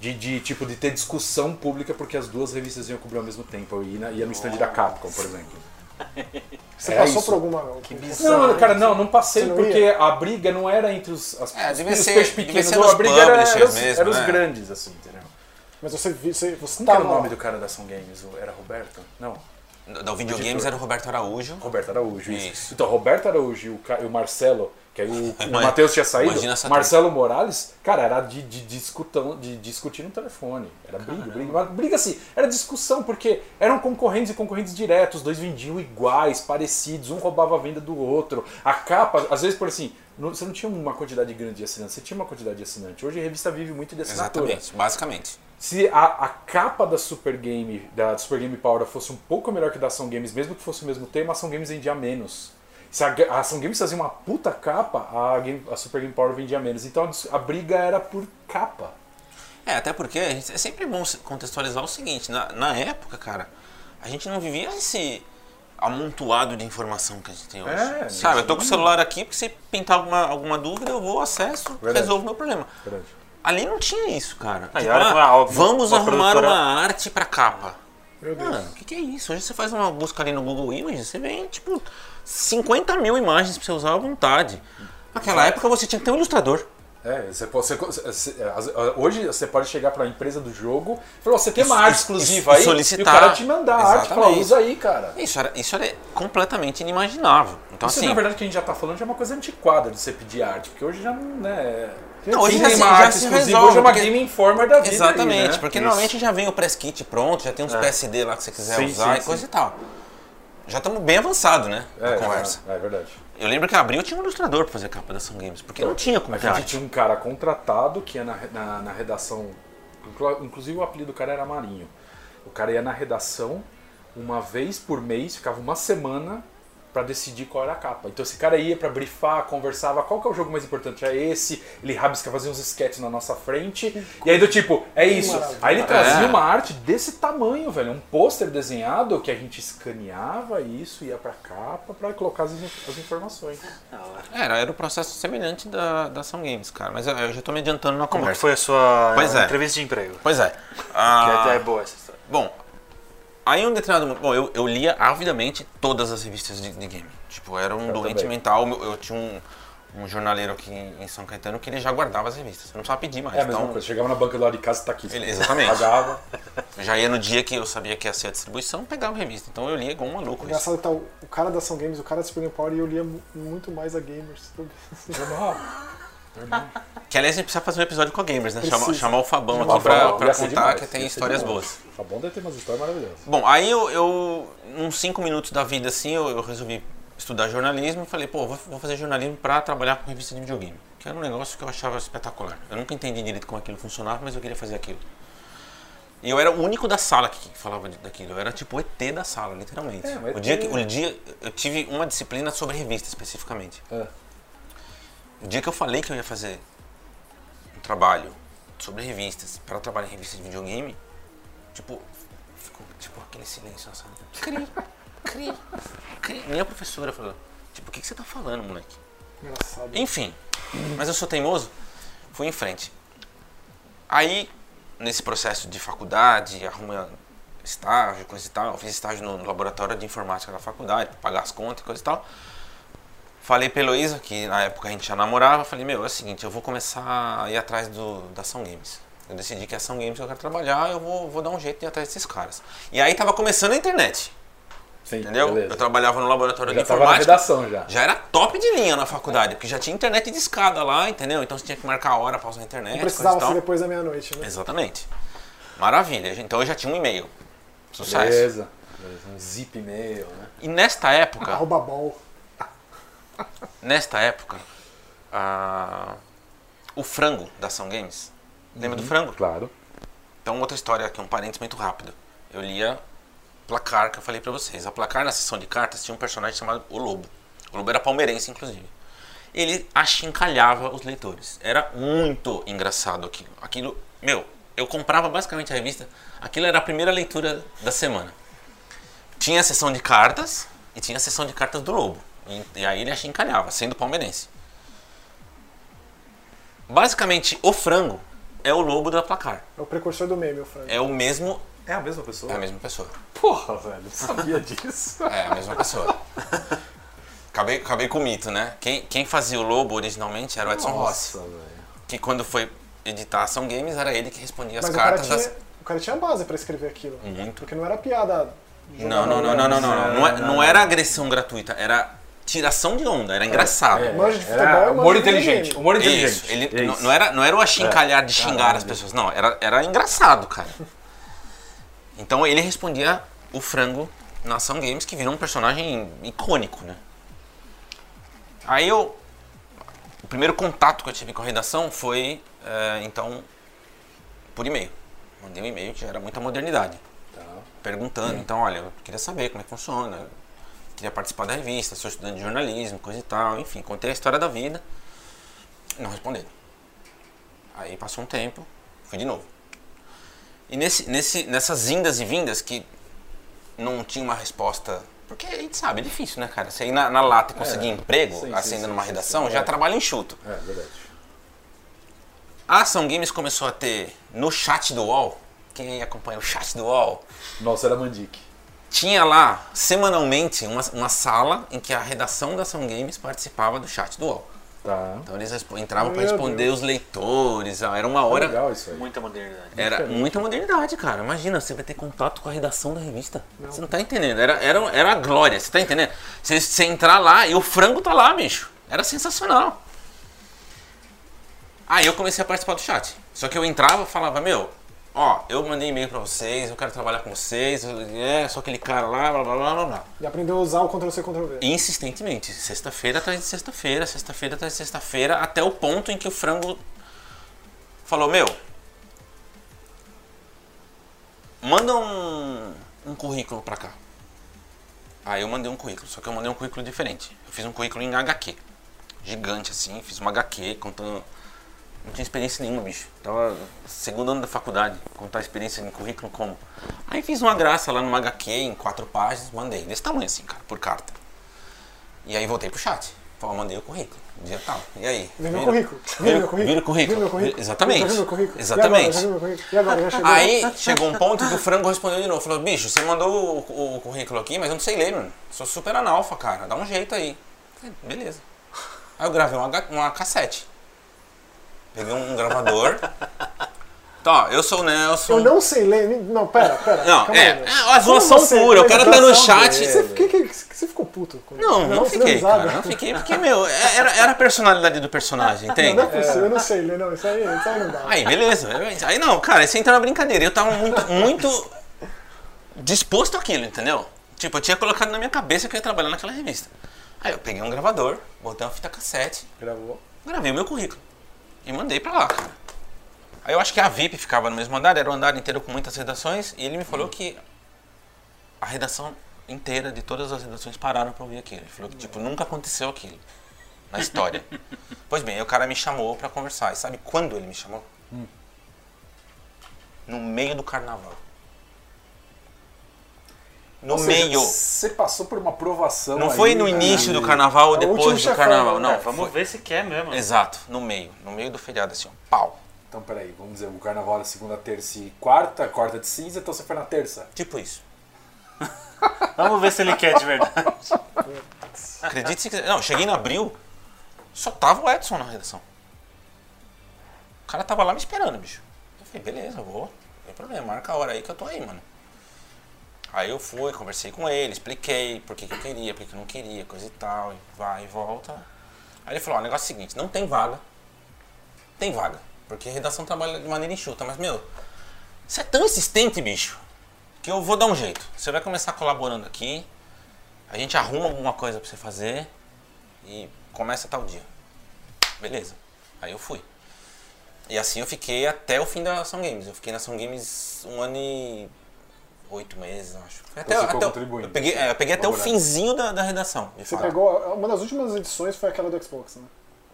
S4: De, de, tipo de ter discussão pública porque as duas revistas iam cobrir ao mesmo tempo. Eu ia, na- ia no stand da Capcom, por exemplo.
S3: Você
S4: Era
S3: passou
S4: isso.
S3: por alguma.
S1: Que bizarro.
S4: Não, cara, não, não passei
S3: Você não
S4: porque
S3: ia?
S4: a briga não era entre os, as,
S5: É,
S4: os,
S5: devia
S4: os
S5: ser-
S4: peixes
S5: devia
S4: pequenos,
S5: ser
S4: não,
S5: dos
S4: a briga era, era
S5: publishers
S4: os,
S5: mesmo,
S4: era os
S5: né?
S4: grandes, assim, entendeu?
S3: Mas você, vi- você, você
S4: Qual
S3: tava
S4: era o nome
S3: lá.
S4: do cara da Ação Games? O- Era Roberto? Não,
S5: Game, da videogames era o Roberto Araújo.
S4: Roberto Araújo. Isso.
S5: Isso.
S4: Então, Roberto Araújo e o, Ca- e o Marcelo, que aí o,
S5: [LAUGHS]
S4: o Matheus tinha saído,
S5: imagina essa
S4: Marcelo Morales, cara, era de, de, discutão, de discutir no telefone. Era briga, briga, mas briga assim, era discussão, porque eram concorrentes e concorrentes diretos, os dois vendiam iguais, parecidos, um roubava a venda do outro. A capa, às vezes, por assim, não- você não tinha uma quantidade grande de assinantes, você tinha uma quantidade de assinante. Hoje a revista vive muito de assinatura.
S5: Exatamente, basicamente.
S4: Se a, a capa da Super Game, da Super Game Power fosse um pouco melhor que da Ação Games, mesmo que fosse o mesmo tema, a Ação Games vendia menos. Se a, Ga- a Ação Games fazia uma puta capa, a, Game- a Super Game Power vendia menos. Então a, dis- a briga era por capa.
S5: É, até porque a gente- é sempre bom se contextualizar o seguinte, na, na época, cara, a gente não vivia esse amontoado de informação que a gente tem hoje.
S4: É,
S5: Sabe,
S4: isso
S5: eu tô com o celular aqui porque se pintar alguma, alguma dúvida, eu vou, acesso,
S4: Verdade.
S5: resolvo meu problema.
S4: Verdade.
S5: Ali não tinha isso, cara. Tipo, ah,
S1: e olha como é óbvio,
S5: vamos
S1: uma
S5: arrumar
S1: produtora-
S5: uma arte pra capa.
S3: Meu Deus.
S5: Mano, o que, que é isso? Hoje você faz uma busca ali no Google Images, você vê, tipo, 50 mil imagens pra você usar à vontade. Naquela época você tinha que ter um ilustrador.
S4: É, você pode, você- você- as- hoje você pode chegar pra empresa do jogo e falar: "Ó, você tem uma arte
S5: e-
S4: exclusiva
S5: e
S4: aí?
S5: solicitar.
S4: E o cara te mandar a arte e falar:
S5: Exatamente.
S4: usa aí, cara.
S5: Isso era, isso era completamente inimaginável. Então,
S4: Isso,
S5: assim.
S4: na verdade, que a gente já tá falando já é uma coisa antiquada de você pedir arte, porque hoje já não, né...
S5: Não, hoje
S4: Quem
S5: já
S4: tem
S5: se-
S4: uma
S5: já
S4: arte
S5: se
S4: exclusiva,
S5: resolve,
S4: hoje é uma
S5: porque-
S4: Game Informer da vida
S5: Exatamente,
S4: aí, né?
S5: porque
S4: Isso. É.
S5: normalmente já vem o press kit pronto, já tem uns PSD lá que você quiser
S4: Sim,
S5: usar
S4: sim,
S5: e coisa e tal. Já estamos bem avançado, né?
S4: É,
S5: na conversa.
S4: É, é verdade.
S5: Eu lembro que abriu tinha um ilustrador pra fazer a capa da Sun Games, porque não tinha como é
S4: A
S5: ter
S4: gente
S5: arte.
S4: tinha um cara contratado que ia na, na, na redação. inclu- Inclusive o apelido do cara era Marinho. O cara ia na redação uma vez por mês, ficava uma semana pra decidir qual era a capa. Então esse cara ia pra brifar, conversava, qual que é o jogo mais importante? É esse? Ele rabisca, fazia uns sketches na nossa frente. E aí do tipo, é isso.
S3: maravilha.
S4: Aí ele trazia
S5: É.
S4: uma arte desse tamanho, velho. Um pôster desenhado que a gente escaneava isso, ia pra capa pra colocar as, as informações.
S5: Era, era um processo semelhante da, da Sun Games, cara. Mas eu, eu já tô me adiantando na
S1: Como que
S5: conversa.
S1: foi a sua
S5: Pois é.
S1: entrevista de emprego?
S5: Pois
S4: [LAUGHS]
S5: é.
S1: Que
S5: Ah,
S1: até é boa essa história.
S5: Bom, aí em um determinado momento. Bom, eu, eu lia avidamente todas as revistas de, de game. Tipo, eu era um doente
S4: também.
S5: mental. meu- Eu, tinha um, um jornaleiro aqui em, em São Caetano que ele já guardava as revistas. Eu não precisava pedir mais.
S4: É a mesma
S5: então,
S4: coisa. Chegava na banca do lado de casa e tá aqui.
S5: Ele- exatamente.
S4: [LAUGHS] Pagava.
S5: eu já ia no dia que eu sabia que ia ser a distribuição, pegava a revista. Então eu lia igual um maluco. isso.
S3: Engraçado que tá o, o cara da Ação Games, o cara da Super Power e eu lia mu- muito mais a Gamers. [LAUGHS]
S4: Normal.
S5: Que aliás a gente precisa fazer um episódio com a Gamers, né? Chamar,
S3: Precisa.
S5: chamar o Fabão
S4: Ó,
S5: aqui pra,
S4: Fabão, ia
S5: pra
S4: ser
S5: contar
S4: demais,
S5: que
S4: ia
S5: tem
S4: ser
S5: histórias
S4: demais.
S5: boas.
S4: Tá bom, deve ter umas histórias maravilhosas.
S5: Bom, aí eu, eu uns cinco minutos da vida assim, eu, eu resolvi estudar jornalismo e falei, pô, vou, vou fazer jornalismo pra trabalhar com revista de videogame. Que era um negócio que eu achava espetacular. Eu nunca entendi direito como aquilo funcionava, mas eu queria fazer aquilo. E eu era o único da sala que falava de- daquilo. Eu era tipo o ET da sala, literalmente.
S4: É, mas
S5: o, dia
S4: tem-
S5: que, o dia eu tive uma disciplina sobre revista especificamente.
S4: É.
S5: O dia que eu falei que eu ia fazer um trabalho sobre revistas, para trabalhar em revista de videogame, tipo, ficou tipo aquele silêncio na sala. Cri, cri, cri. Nem a professora falou, tipo, o que, que você tá falando, moleque?
S3: Engraçado.
S5: Enfim, mas eu sou teimoso, fui em frente. Aí, nesse processo de faculdade, arruma estágio, coisa e tal, eu fiz estágio no laboratório de informática da faculdade, pra pagar as contas, coisa e tal. Falei pra Heloísa, que na época a gente já namorava, falei, meu, é o seguinte, eu vou começar a ir atrás do, da Ação Games. Eu decidi que a Ação Games que eu quero trabalhar, eu vou, vou dar um jeito de ir atrás desses caras. E aí tava começando a internet,
S4: Sim,
S5: entendeu? Eu
S4: Beleza.
S5: trabalhava no laboratório
S4: Já
S5: de
S4: tava na
S5: informática.
S4: redação já.
S5: Já era top de linha na faculdade, porque já tinha internet de escada lá, entendeu? Então você tinha que marcar a hora pra usar a internet,
S3: Não
S5: coisa e
S3: precisava
S5: tal.
S3: ser depois da meia-noite, né?
S5: Exatamente. Maravilha. Então eu já tinha um e-mail. Sucesso.
S4: Beleza. Beleza. Um zip e-mail, né?
S5: E nesta época,
S3: Arroba ball.
S5: nesta época,
S3: Uhum.
S5: a- o frango da Ação Games. Lembra do frango?
S4: Claro.
S5: Então, outra história aqui, um parênteses muito rápido. Eu lia Placar, que eu falei pra vocês. A Placar, na sessão de cartas, tinha um personagem chamado O Lobo. O Lobo era palmeirense, inclusive. Ele achincalhava os leitores. Era muito engraçado aquilo. Aquilo, meu, eu comprava basicamente a revista. Aquilo era a primeira leitura da semana. Tinha a sessão de cartas e tinha a sessão de cartas do Lobo. E, e aí ele achincalhava, sendo palmeirense. Basicamente, o frango é o lobo da placar.
S3: É o precursor do meme, o Frank.
S5: É o mesmo.
S4: É a mesma pessoa?
S5: É a mesma pessoa.
S4: Porra, velho, não
S5: [LAUGHS]
S4: sabia disso.
S5: É a mesma pessoa. acabei, acabei com o mito, né? Quem, quem fazia o lobo originalmente era o Edson Rossi.
S4: Nossa, velho.
S5: Que quando foi editar Ação Games, era ele que respondia as
S3: Mas o cara,
S5: cartas.
S3: tinha,
S5: das-
S3: o cara tinha base pra escrever aquilo.
S5: Muito.
S3: Porque não era piada.
S5: Não, não, não, não, não, não, não. Não, é- não era agressão gratuita, era tiração de onda, era engraçado.
S4: É,
S3: Manja de futebol,
S4: era
S3: manja
S4: humor
S3: de
S4: inteligente.
S3: videogame.
S4: Humor inteligente.
S5: Isso, ele
S4: É
S5: não-
S4: isso.
S5: Não, era, não era o achincalhar
S4: É,
S5: de xingar
S4: caralho.
S5: as pessoas, não, era, era engraçado, cara. Então ele respondia o frango na Ação Games, que virou um personagem icônico, né? Aí eu. O primeiro contato que eu tive com a redação foi, eh, então, por e-mail. Mandei um e-mail que já era muita modernidade
S4: Tá,
S5: perguntando.
S4: É.
S5: Então, olha, eu queria saber como é que funciona. eu Queria participar da revista, sou estudante de jornalismo, coisa e tal. Enfim, contei a história da vida. Não responderam. Aí passou um tempo, fui de novo. E nesse, nesse, nessas indas e vindas que não tinha uma resposta. Porque a gente sabe, é difícil, né, cara? Você ir na, na lata e conseguir emprego,
S4: É. Sim, sim,
S5: assim, ainda
S4: sim,
S5: numa
S4: sim,
S5: redação,
S4: sim.
S5: já
S4: É.
S5: trabalha enxuto.
S4: É, verdade.
S5: A Ação Games começou a ter no chat do UOL, quem acompanha o chat do UOL,
S4: Nossa, era Mandique.
S5: tinha lá semanalmente uma, uma sala em que a redação da Ação Games participava do chat do UOL.
S4: Tá.
S5: Então eles respo- entravam para
S3: Meu
S5: responder os leitores, ah, era uma
S4: Tá
S5: hora.
S4: legal isso aí.
S1: É Muita modernidade.
S5: Era muita modernidade, cara. Imagina, você vai ter contato com a redação da revista. Você não tá entendendo. Era, era, era a glória, você tá entendendo? Você, você entrar lá e o frango tá lá, bicho. Era sensacional. Aí eu comecei a participar do chat. Só que eu entrava e falava, meu, ó, eu mandei e-mail pra vocês, eu quero trabalhar com vocês, eu- é, só aquele cara lá, blá blá blá blá blá
S3: E aprendeu a usar o Ctrl-C, Ctrl-V.
S5: insistentemente, sexta-feira atrás de sexta-feira, sexta-feira atrás de sexta-feira, até o ponto em que o frango falou: Meu, manda um, um currículo pra cá. Aí eu mandei um currículo, só que eu mandei um currículo diferente. Eu fiz um currículo em HQ, gigante assim, fiz uma HQ contando. Não tinha experiência nenhuma, bicho. Tava segundo ano da faculdade, contar experiência em currículo como. Aí fiz uma graça lá numa HQ em quatro páginas, mandei. Desse tamanho assim, cara, por carta. E aí voltei pro chat. Falei, mandei o currículo. Dia tal. E aí?
S3: Vem meu
S5: Vira-
S3: currículo. Vem
S5: vira-
S3: meu currículo.
S5: Vira o currículo.
S3: Vem meu currículo.
S5: Exatamente.
S3: Já viu meu currículo.
S5: Exatamente.
S3: E agora, já viu meu currículo. E agora, tá já chegou.
S5: Aí chegou um ponto que o frango respondeu de novo. Falou, bicho, você mandou o, o currículo aqui, mas eu não sei ler, mano. Sou super analfa, cara. Dá um jeito aí. Falei, Beleza. Aí eu gravei uma, uma cassete. Peguei um gravador. Tá, ó, eu sou o Nelson.
S3: Eu não sei ler. me- Não, pera, pera.
S5: Não,
S3: calma aí,
S5: é, é
S3: velho.
S5: a zoação
S3: Como você-
S5: pura. O cara tá no
S4: zoação
S5: chat.
S4: dele.
S3: Você, que, que, você ficou puto? com-
S5: Não, não
S3: você
S5: fiquei,
S3: deu risada?
S5: cara. Não fiquei, porque, meu, é, era, era a personalidade do personagem, entende?
S3: Não é possível, eu não sei ler. Não, isso aí, isso aí não dá.
S5: Aí, beleza. Aí não, cara, isso entra na brincadeira. Eu tava muito, muito disposto àquilo, entendeu? Tipo, eu tinha colocado na minha cabeça que eu ia trabalhar naquela revista. Aí eu peguei um gravador, botei uma fita cassete,
S4: Gravou.
S5: gravei o meu currículo. E mandei pra lá, cara. Aí eu acho que a VIP ficava no mesmo andar, era um andar inteiro com muitas redações, e ele me falou que a redação inteira de todas as redações pararam pra ouvir aquilo. Ele falou que, tipo, nunca aconteceu aquilo na história. pois bem, aí o cara me chamou pra conversar. E sabe quando ele me chamou? No meio do carnaval. No
S4: Ou seja, né?
S5: meio.
S4: Você passou por uma aprovação.
S5: Não
S4: aí,
S5: foi no
S4: cara.
S5: início do carnaval ou
S3: É o último
S5: depois do
S3: chefão,
S5: carnaval,
S3: né?
S5: não.
S3: É,
S1: Vamos
S5: foi- É.
S1: ver se quer mesmo.
S5: Exato, no meio. No meio do feriado, assim, ó. Pau.
S4: Então, peraí, vamos dizer, o carnaval era segunda, terça e quarta, quarta de cinza, então você foi na terça.
S5: Tipo isso.
S1: Vamos ver se ele
S5: [LAUGHS]
S1: quer de verdade.
S5: Acredite se quiser. Não, cheguei em abril, só tava o Edson na redação. O cara tava lá me esperando, bicho. Eu falei, beleza, eu vou. Não tem problema, marca a hora aí que eu tô aí, mano. Aí eu fui, conversei com ele, expliquei por que, que eu queria, por que, que eu não queria, coisa e tal, e vai e volta. Aí ele falou, ó, o negócio é o seguinte, não tem vaga. Tem vaga. Porque a redação trabalha de maneira enxuta, mas meu, você é tão insistente, bicho, que eu vou dar um jeito. Você vai começar colaborando aqui, a gente arruma alguma coisa pra você fazer e começa tal dia. Beleza. Aí eu fui. E assim eu fiquei até o fim da Ação Games. Eu fiquei na Ação Games um ano e oito meses, eu acho. Foi Até,
S4: Você ficou
S5: até o-
S4: contribuindo,
S5: eu peguei,
S4: você
S5: é, eu peguei até o
S4: colaborando.
S5: finzinho da, da redação. de
S3: Você
S5: fato.
S3: pegou. Uma das últimas edições foi aquela do Xbox, né?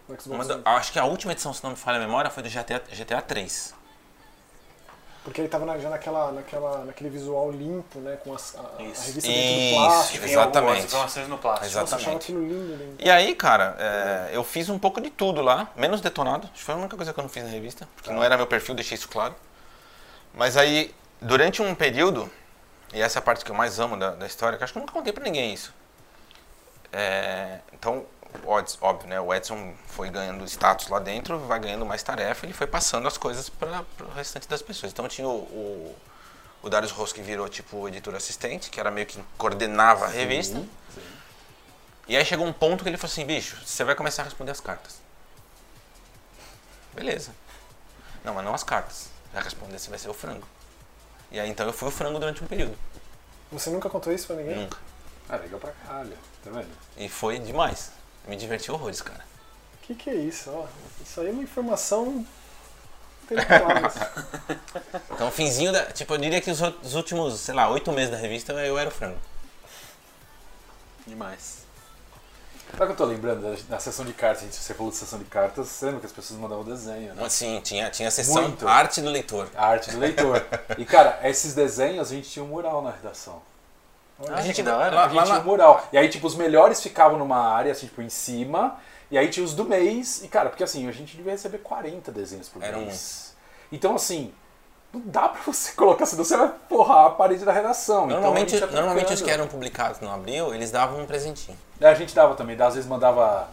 S3: Do Xbox.
S5: Uma
S3: One.
S5: da- acho que a última edição, se não me falha a memória, foi do GTA, GTA 3.
S3: Porque ele tava na- já naquela, naquela, naquele visual limpo, né? Com as- a, a
S1: Isso.
S3: revista dentro do
S5: Isso,
S3: plástico.
S1: Tem
S5: Exatamente.
S1: algumas informações no plástico.
S5: Exato.
S3: Nossa, eu achava
S5: exatamente.
S3: aquilo lindo, lindo.
S5: E aí, cara, é, eu fiz um pouco de tudo lá, menos detonado. Acho que foi a única coisa que eu não fiz na revista, porque não era meu perfil, deixei isso claro. Mas aí, durante um período, e essa é a parte que eu mais amo da, da história, que eu acho que eu nunca contei pra ninguém isso. É, então, odds, óbvio, né? O Edson foi ganhando status lá dentro, vai ganhando mais tarefa, ele foi passando as coisas para o restante das pessoas. Então tinha o, o, o Darius Ross que virou tipo editor assistente, que era meio que coordenava a revista. E aí chegou um ponto que ele falou assim, bicho, você vai começar a responder as cartas. Beleza. Não, mas não as cartas. Vai responder, você vai ser o frango. E aí então eu fui o frango durante um período.
S3: Você nunca contou isso pra ninguém?
S5: Nunca.
S4: Ah, legal pra caralho, tá vendo?
S5: E foi demais. Me diverti horrores, cara.
S3: O que, que é isso? Ó, isso aí é uma informação. Não tem
S1: [LAUGHS]
S3: nem palavras.
S5: Então, finzinho da. Tipo, eu diria que os, ú- os últimos, sei lá, oito meses da revista eu era o frango.
S1: Demais.
S4: Sabe o que eu tô lembrando? Da- Na sessão de cartas, gente, você falou de sessão de cartas, você lembra que as pessoas mandavam desenho, né?
S5: Assim, tinha, tinha a sessão
S4: Muito.
S5: Arte do Leitor.
S4: A arte do leitor. E, cara, esses desenhos a gente tinha um mural na redação.
S5: a gente,
S1: da hora.
S5: lá-
S4: A
S5: lá
S4: gente tinha
S5: na-
S4: um mural. E aí, tipo, os melhores ficavam numa área, assim, tipo, em cima. E aí tinha os do mês. E, cara, porque assim, a gente devia receber 40 desenhos por
S5: Era um-
S4: mês. Então, assim, não dá pra você [LAUGHS] colocar, senão você vai forrar a parede da redação.
S5: Normalmente,
S4: então, a gente ia
S5: normalmente os
S4: trocando.
S5: que eram publicados no abril, eles davam um presentinho.
S4: É, A gente dava também, às vezes mandava.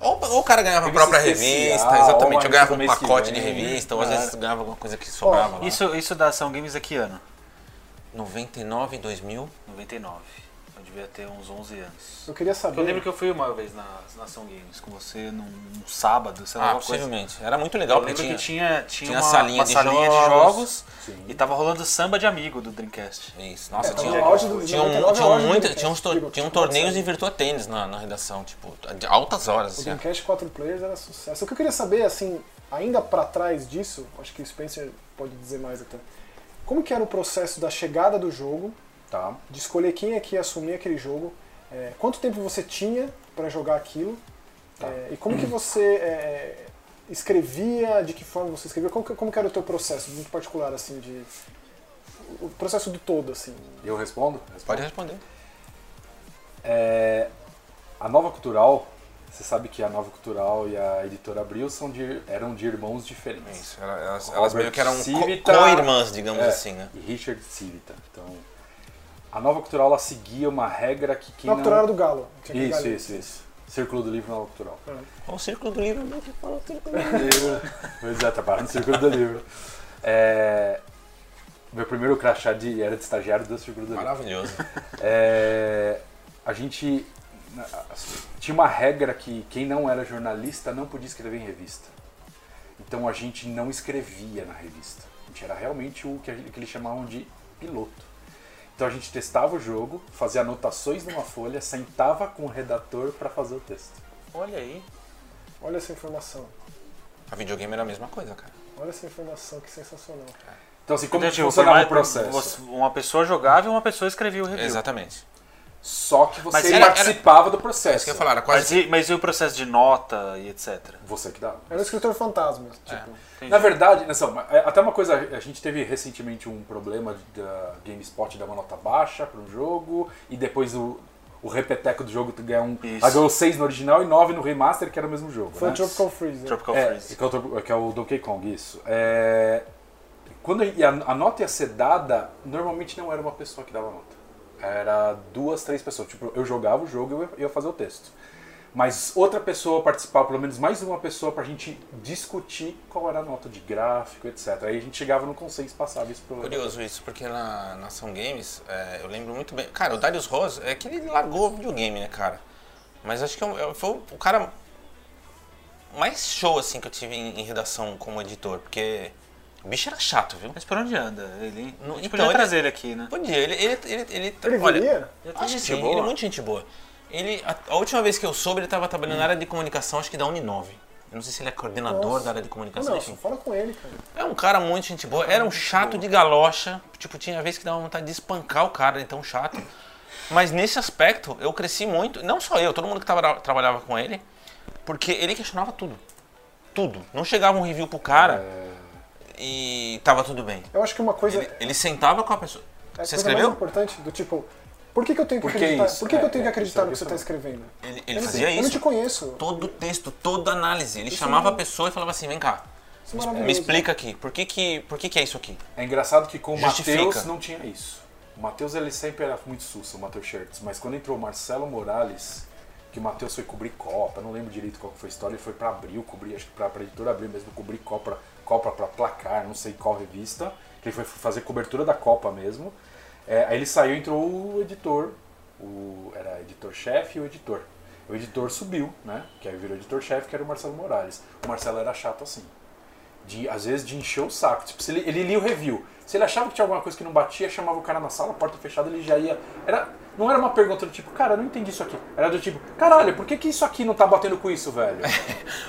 S5: Ou, ou o cara ganhava a
S4: Revista
S5: própria
S4: especial,
S5: revista,
S4: ou uma
S5: exatamente. Eu ganhava um
S4: revista do mês
S5: pacote
S4: que
S5: de né?
S4: vem,
S5: revista, ou às vezes ganhava alguma coisa que sobrava lá.
S1: Isso, isso da Ação Games é que ano?
S5: 99, 2000.
S1: 99. Eu Então devia ter uns 11 anos.
S3: Eu queria
S1: Eu lembro
S3: saber.
S1: que eu fui uma vez na, na Ação Games com você num, num sábado, sei lá,
S5: Ah,
S1: alguma coisa.
S5: possivelmente. Era muito
S1: Eu
S5: legal,
S1: lembro
S5: porque tinha...
S1: que tinha, tinha,
S5: tinha
S1: uma
S5: salinha
S1: uma
S5: de
S1: salinha de
S5: jogos.
S1: jogos
S4: Sim.
S1: e tava rolando samba de amigo do Dreamcast.
S5: Isso. Nossa,
S3: É,
S5: tinha,
S3: no auge do-
S5: tinha,
S3: 99
S5: um- tinha
S3: é o auge do
S5: muita-
S3: Dreamcast.
S5: tinha uns tor-
S3: Digo,
S5: tinham
S3: tipo, pode
S5: torneios
S3: ser.
S5: em Virtua Tênis na, na redação, tipo, de altas horas.
S3: O
S5: assim, ó.
S3: Dreamcast 4 players era sucesso. O que eu queria saber, assim, ainda pra trás disso, acho que o Spencer pode dizer mais até. Como que era o processo da chegada do jogo,
S4: Tá.
S3: de escolher quem é que ia assumir aquele jogo, é, quanto tempo você tinha pra jogar aquilo, é, e como que você é, escrevia, de que forma você escrevia, como que, como que era o teu processo, muito particular, assim, de... O processo do todo, assim.
S4: Eu respondo?
S5: Pode responder.
S4: É, a Nova Cultural, você sabe que a Nova Cultural e a Editora Abril são de- eram de irmãos diferentes.
S5: Isso, ela- elas,
S4: Robert
S5: elas meio que eram co-
S4: Civita.
S5: co-irmãs, digamos
S4: É,
S5: assim, né?
S4: E Richard Civita. Então, a Nova Cultural ela seguia uma regra que quem
S3: Na
S4: não...
S3: cultura era é do né? Galo. tinha aquele
S4: Isso,
S3: galinho.
S4: isso, isso. Círculo do Livro Nova Cultural.
S5: Olha o círculo do livro, né? Olha o círculo do livro.
S4: [LAUGHS] Pois é, trabalho no Círculo do Livro. É, meu primeiro crachá de, era de estagiário do Círculo do Livro.
S5: Maravilhoso.
S4: É, a gente na- tinha uma regra que quem não era jornalista não podia escrever em revista. Então a gente não escrevia na revista. A gente era realmente o que, a gente- que eles chamavam de piloto. Então a gente testava o jogo, fazia anotações numa folha, sentava com o redator para fazer o texto.
S1: Olha aí.
S3: Olha essa informação.
S5: [LAUGHS] A videogame era a mesma coisa, cara.
S3: Olha essa informação, que sensacional.
S4: Então assim, como
S1: Então,
S4: que
S1: tipo,
S4: funcionava
S1: foi
S4: o processo?
S1: você- Uma pessoa jogava e uma pessoa escrevia o review.
S5: Exatamente.
S4: Só que
S1: Mas
S4: você
S1: era-
S5: era-
S4: participava
S5: É
S4: do
S5: isso
S4: processo.
S5: que eu ia falar, era
S1: Mas
S5: quase.
S1: e, mas e o processo de nota e etc?
S4: Você que dava.
S3: Era o escritor fantasma, tipo.
S4: Na verdade, né, Sam, é- até uma coisa, a gente teve recentemente um problema de- da GameSpot dar uma nota baixa para um jogo e depois o, o repeteco do jogo ganhar um.
S1: Isso.
S4: Ela ganhou 6 no original e 9 no remaster, que era o mesmo jogo.
S3: Foi
S4: né?
S3: o Tropical Freeze. né?
S1: Tropical
S4: é,
S1: Freeze.
S4: que é o Tro- que é o Donkey Kong, isso. É, quando a, a nota ia ser dada, normalmente não era uma pessoa que dava a nota. Era duas, três pessoas. Tipo, eu jogava o jogo e eu ia- eu ia fazer o texto. Mas outra pessoa participava, pelo menos mais uma pessoa, pra gente discutir qual era a nota de gráfico, etc. Aí a gente chegava no consenso e passava isso pro.
S5: Curioso isso, porque na, na Ação Games, é, eu lembro muito bem. Cara, o Darius Ross é que ele largou o videogame, né, cara? Mas acho que eu- eu- foi o cara mais show, assim, que eu tive em, em redação como editor, porque o bicho era chato, viu?
S1: Mas por onde anda? Ele, a
S5: Não,
S1: gente
S5: então,
S1: podia
S5: ele-
S1: trazer ele aqui, né?
S5: Podia, ele. Ele, ele, ele,
S3: Ele
S5: olha,
S3: viria?
S1: Ele tem
S5: Acho que
S1: gente
S5: sim,
S1: boa.
S5: ele é muito gente boa. Ele, a, a última vez que eu soube, ele estava trabalhando na área de comunicação, acho que da Uninove. Eu não sei se ele é coordenador
S3: Nossa.
S5: da área de comunicação.
S3: Não,
S5: enfim.
S3: fala com ele, cara.
S5: É um cara muito gente boa. Era um chato de galocha. Tipo, tinha vez que dava vontade de espancar o cara, de tão chato. Mas nesse aspecto, eu cresci muito. Não só eu, todo mundo que tava- trabalhava com ele. Porque ele questionava tudo. Tudo. Não chegava um review pro cara e tava tudo bem.
S3: Eu acho que uma coisa.
S5: Ele, ele sentava com a pessoa.
S3: a É coisa
S5: Você
S3: mais
S5: escreveu?
S3: importante do tipo. Por que, que eu tenho que
S4: Por que
S3: acreditar?
S4: isso?
S3: Por que, que
S4: É,
S3: eu tenho
S4: é,
S3: que acreditar
S4: isso
S3: no que
S4: eu
S3: você está escrevendo?
S5: Ele,
S3: Eu
S5: ele
S3: não
S5: fazia
S3: sei, Eu não te
S5: isso.
S3: conheço.
S5: Todo texto, toda análise. Ele chamava a pessoa e falava assim: vem cá,
S3: Isso é maravilhoso.
S5: me explica aqui. Por que que, por que, que é isso aqui? [LAUGHS]
S4: É engraçado que com o
S5: Justifica.
S4: Matheus não tinha isso. O Matheus ele sempre era muito sussa, o Matheus Shirts, mas quando entrou o Marcelo Morales, que o Matheus foi cobrir Copa, não lembro direito qual que foi a história, ele foi pra Abril, cobrir, acho que pra, pra editora Abril mesmo, cobrir Copa, Copa pra placar, não sei qual revista, que ele foi fazer cobertura da Copa mesmo. É, aí ele saiu, entrou o editor, o, era editor-chefe e o editor. O editor subiu, né? Que aí virou editor-chefe, que era o Marcelo Morales. O Marcelo era chato assim de, às vezes, de encher o saco. Tipo, se ele, ele lia o review. Se ele achava que tinha alguma coisa que não batia, chamava o cara na sala, porta fechada, ele já ia. Era, não era uma pergunta do tipo, cara, eu não entendi isso aqui. Era do tipo, caralho, por que, que isso aqui não tá batendo com
S3: [LAUGHS]
S4: isso, velho?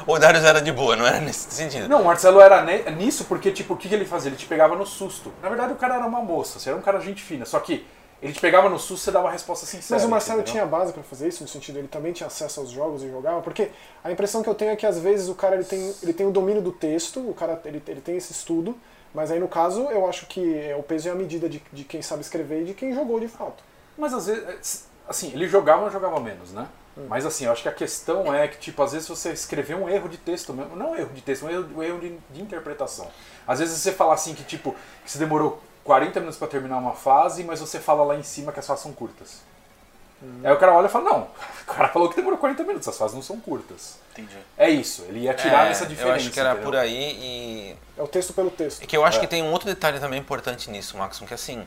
S5: O Darius era de boa, não era nesse sentido.
S4: Não, o Marcelo era ne- nisso porque, tipo, o que, que ele fazia? Ele te pegava no susto. Na verdade, o cara era uma moça, você era um cara gente fina. Só que ele te pegava no susto, você dava a resposta sincera.
S3: Mas o Marcelo
S4: entendeu?
S3: tinha base pra fazer isso, no sentido ele também tinha acesso aos jogos e jogava, porque a impressão que eu tenho é que às vezes o cara ele tem, ele tem o domínio do texto, o cara ele, ele tem esse estudo, mas aí no caso eu acho que é, o peso é a medida de, de quem sabe escrever e de quem jogou de fato.
S4: Mas às vezes, assim, ele jogava ou jogava menos, né? Mas assim, eu acho que a questão é que, tipo, às vezes você escrever um erro de texto mesmo, não um erro de texto, um erro, um erro de, de interpretação. Às vezes você fala assim que, tipo, que você demorou 40 minutos pra terminar uma fase, mas você fala lá em cima que as fases são curtas. Aí o cara olha e fala, não, [LAUGHS] o cara falou que demorou 40 minutos, as fases não são curtas.
S5: Entendi.
S4: É isso, ele ia tirar
S5: É,
S4: essa diferença.
S5: Eu acho que era
S4: entendeu? É.
S5: por aí e.
S3: É o texto pelo texto.
S5: E que eu acho que tem um outro detalhe também importante nisso, Maxon, que assim.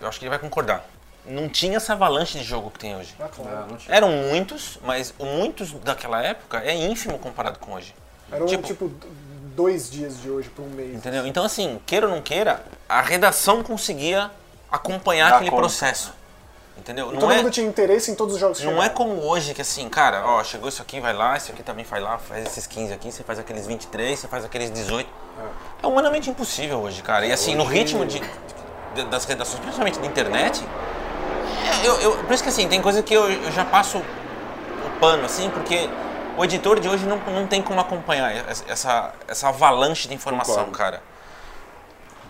S5: Eu acho que ele vai concordar. Não tinha essa avalanche de jogo que tem hoje.
S3: Ah,
S4: Não,
S3: claro.
S4: É, não tinha.
S5: Eram muitos, mas o muitos daquela época é ínfimo comparado com hoje.
S3: Era um,
S5: Tipo-
S3: tipo, d- dois dias de hoje pra um mês.
S5: Entendeu? Então, assim, queira ou não queira, a redação conseguia acompanhar
S4: Dá
S5: aquele
S4: conta.
S5: processo. Entendeu?
S3: Todo
S5: Não é,
S3: mundo tinha interesse em todos os jogos que
S5: não é
S3: chegavam.
S5: como hoje que assim, cara, ó, chegou isso aqui, vai lá, isso aqui também vai lá, faz esses 15 aqui, você faz aqueles 23, você faz aqueles 18. É humanamente impossível hoje, cara. E assim, no ritmo de, de- das redações, principalmente da internet, é, eu, eu- por isso que assim, tem coisa que eu, eu já passo o pano, assim, porque o editor de hoje não, não tem como acompanhar essa- essa, essa avalanche de informação,
S4: Concordo.
S5: cara.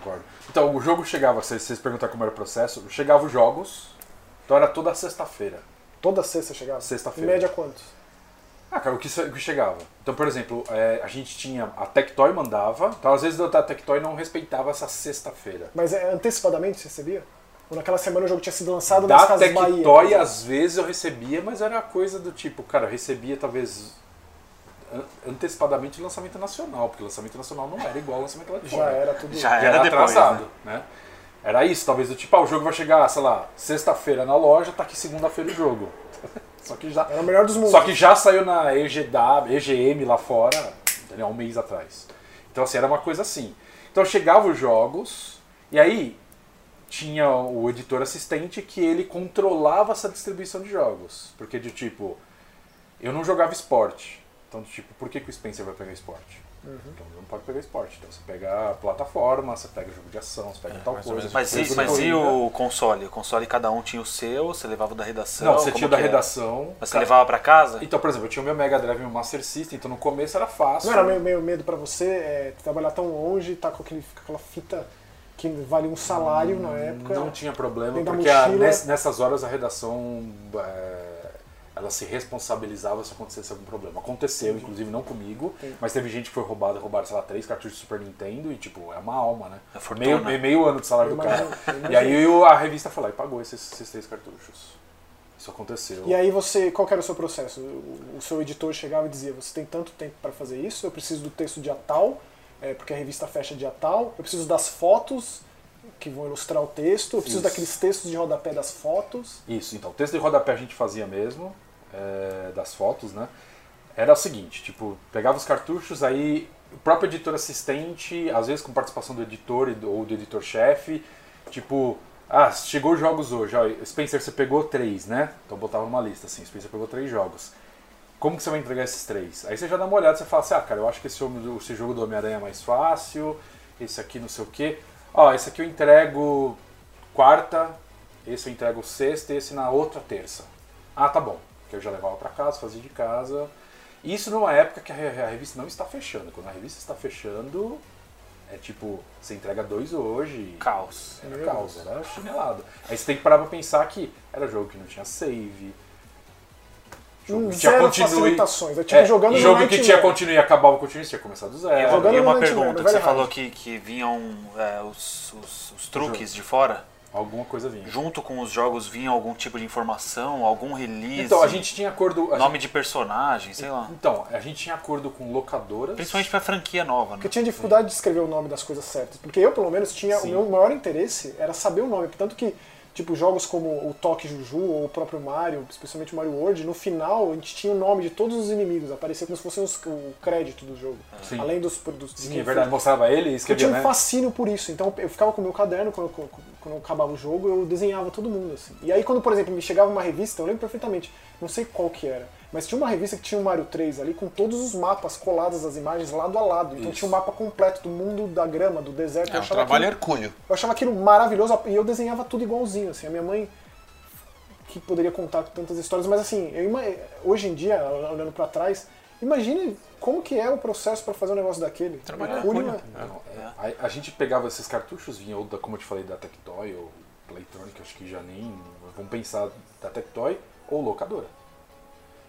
S4: Concordo. Então, o jogo chegava, se vocês perguntaram como era o processo, chegava os jogos, então era toda sexta-feira.
S3: Toda sexta chegava?
S4: Sexta-feira.
S3: Em média quantos?
S4: Ah, cara, o que, o que chegava? Então, por exemplo, é, a gente tinha. A Tectoy mandava, então às vezes a Tectoy não respeitava essa sexta-feira.
S3: Mas é, antecipadamente você recebia? Ou naquela semana o jogo tinha sido lançado nas
S4: Da
S3: Casas Bahia?
S4: Tectoy, às vezes eu recebia, mas era coisa do tipo, cara, eu recebia talvez an- antecipadamente lançamento nacional, porque lançamento nacional não era igual ao lançamento lá de
S3: Já
S4: fora.
S3: era tudo.
S4: Já era, atrasado, né? Era isso, talvez do tipo, ah, o jogo vai chegar, sei lá, sexta-feira na loja, tá aqui segunda-feira o jogo. [LAUGHS] Só que já.
S3: Era o melhor dos mundos.
S4: Só que já saiu na EGW, EGM lá fora, entendeu? Há um mês atrás. Então, assim, era uma coisa assim. Então, chegavam os jogos, e aí tinha o editor assistente que ele controlava essa distribuição de jogos. Porque, de tipo, eu não jogava esporte. Então, do tipo, por que, que o Spencer vai pegar esporte? Então, ele não pode pegar esporte. Então, você pega a plataforma, você pega jogo de ação, você
S6: É,
S4: pega tal
S5: mais ou
S4: coisa.
S5: menos.
S6: Mas,
S4: você
S6: e,
S4: pega
S6: mas e
S4: corrida.
S6: o console? O console cada um tinha o seu, você levava o da redação?
S4: Não, você
S6: como
S4: tinha o da
S6: que era?
S4: redação.
S6: Mas você levava pra casa?
S4: Então, por exemplo, eu tinha o meu Mega Drive e o Master System, então no começo era fácil.
S3: Não era meio, meio medo pra você é, trabalhar tão longe, tá com aquele, com aquela fita que vale um salário na época?
S4: Hum, Não tinha problema,
S3: Dentro da
S4: porque a-
S3: mochila.
S4: ness- nessas horas a redação é, ela se responsabilizava se acontecesse algum problema. Aconteceu, inclusive não comigo, mas teve gente que foi roubada, roubaram, sei lá, três cartuchos de Super Nintendo e, tipo, é uma alma, né?
S6: É fortuna.
S4: Meio, meio, meio ano do salário
S3: Eu
S4: do cara.
S3: imagino, eu
S4: E aí o- a revista foi lá e pagou esses, esses três cartuchos. Isso aconteceu.
S3: E aí você, qual que era o seu processo? O, o seu editor chegava e dizia, você tem tanto tempo pra fazer isso, eu preciso do texto dia tal, é, porque a revista fecha dia tal, eu preciso das fotos que vão ilustrar o texto, eu preciso
S4: Isso.
S3: daqueles textos de rodapé das fotos.
S4: Isso, então, o texto de rodapé a gente fazia mesmo, é, das fotos, né? Era o seguinte, tipo, pegava os cartuchos, aí o próprio editor assistente, às vezes com participação do editor e do- ou do editor-chefe, tipo, ah, chegou os jogos hoje, ó, Spencer, você pegou três, né? Então botava uma lista, assim, Spencer pegou três jogos. Como que você vai entregar esses três? Aí você já dá uma olhada, você fala assim, ah, cara, eu acho que esse, homem do- esse jogo do Homem-Aranha é mais fácil, esse aqui não sei o quê. Ó, esse aqui eu entrego quarta, esse eu entrego sexta e esse na outra terça. Ah, tá bom. Que eu já levava pra casa, fazia de casa. Isso numa época que a re- a revista não está fechando. Quando a revista está fechando, é tipo, você entrega dois hoje.
S6: Caos.
S4: Era caos, era chinelada. Aí você tem que parar pra pensar que era jogo que não tinha save. Jogo
S3: Hum,
S4: que tinha
S3: zero
S4: continue.
S3: facilitações. Eu tinha
S4: É,
S3: jogando no
S4: jogo que tinha
S3: Nightmare.
S4: continue e acabava o continue, você tinha começado do
S6: É, E
S4: zero.
S3: Jogando
S6: uma
S3: no Nightmare,
S6: pergunta,
S3: no
S6: que
S3: Velho
S6: você falou
S3: Hard.
S6: que, que vinham é, os, os- os truques de fora,
S4: Alguma coisa vinha.
S6: junto com os jogos vinha algum tipo de informação, algum release,
S4: Então, a gente tinha acordo. a
S6: nome de personagem, sei lá.
S4: gente- então, a gente tinha acordo com locadoras.
S6: Principalmente pra franquia nova, né?
S3: Porque eu tinha dificuldade de escrever o nome das coisas certas. Porque eu, pelo menos, tinha.
S4: Sim.
S3: O meu maior interesse era saber o nome. Tanto que, tipo, jogos como o Toque Juju ou o próprio Mario, especialmente o Mario World, no final a gente tinha o nome de todos os inimigos. Aparecia como se fosse os- o crédito do jogo.
S4: Sim.
S3: Além dos produtos.
S4: Sim, é verdade, mostrava ele e
S3: Eu
S4: escrevia,
S3: tinha
S4: né?
S3: um fascínio por isso, então eu ficava com o meu caderno quando, quando, quando eu acabava o jogo, eu desenhava todo mundo, assim. E aí quando, por exemplo, me chegava uma revista, eu lembro perfeitamente, não sei qual que era, mas tinha uma revista que tinha o Mario 3 ali, com todos os mapas colados, as imagens lado a lado. Então
S4: Isso.
S3: tinha o mapa completo do mundo, da grama, do deserto.
S5: É
S3: eu,
S5: um
S3: achava
S5: trabalho
S3: aquilo,
S5: hercúleo.
S3: eu achava aquilo maravilhoso e eu desenhava tudo igualzinho, assim. A minha mãe que poderia contar tantas histórias, mas assim, eu ima- hoje em dia, olhando pra trás, imagine como que é o processo pra fazer um negócio daquele.
S5: Trabalho né?
S3: Hercúleo
S5: hercúleo.
S3: é-
S4: Não, é, a, a gente pegava esses cartuchos, vinha ou da, como eu te falei, da Tectoy ou Playtronic, acho que já nem. Vamos pensar da Tectoy ou locadora.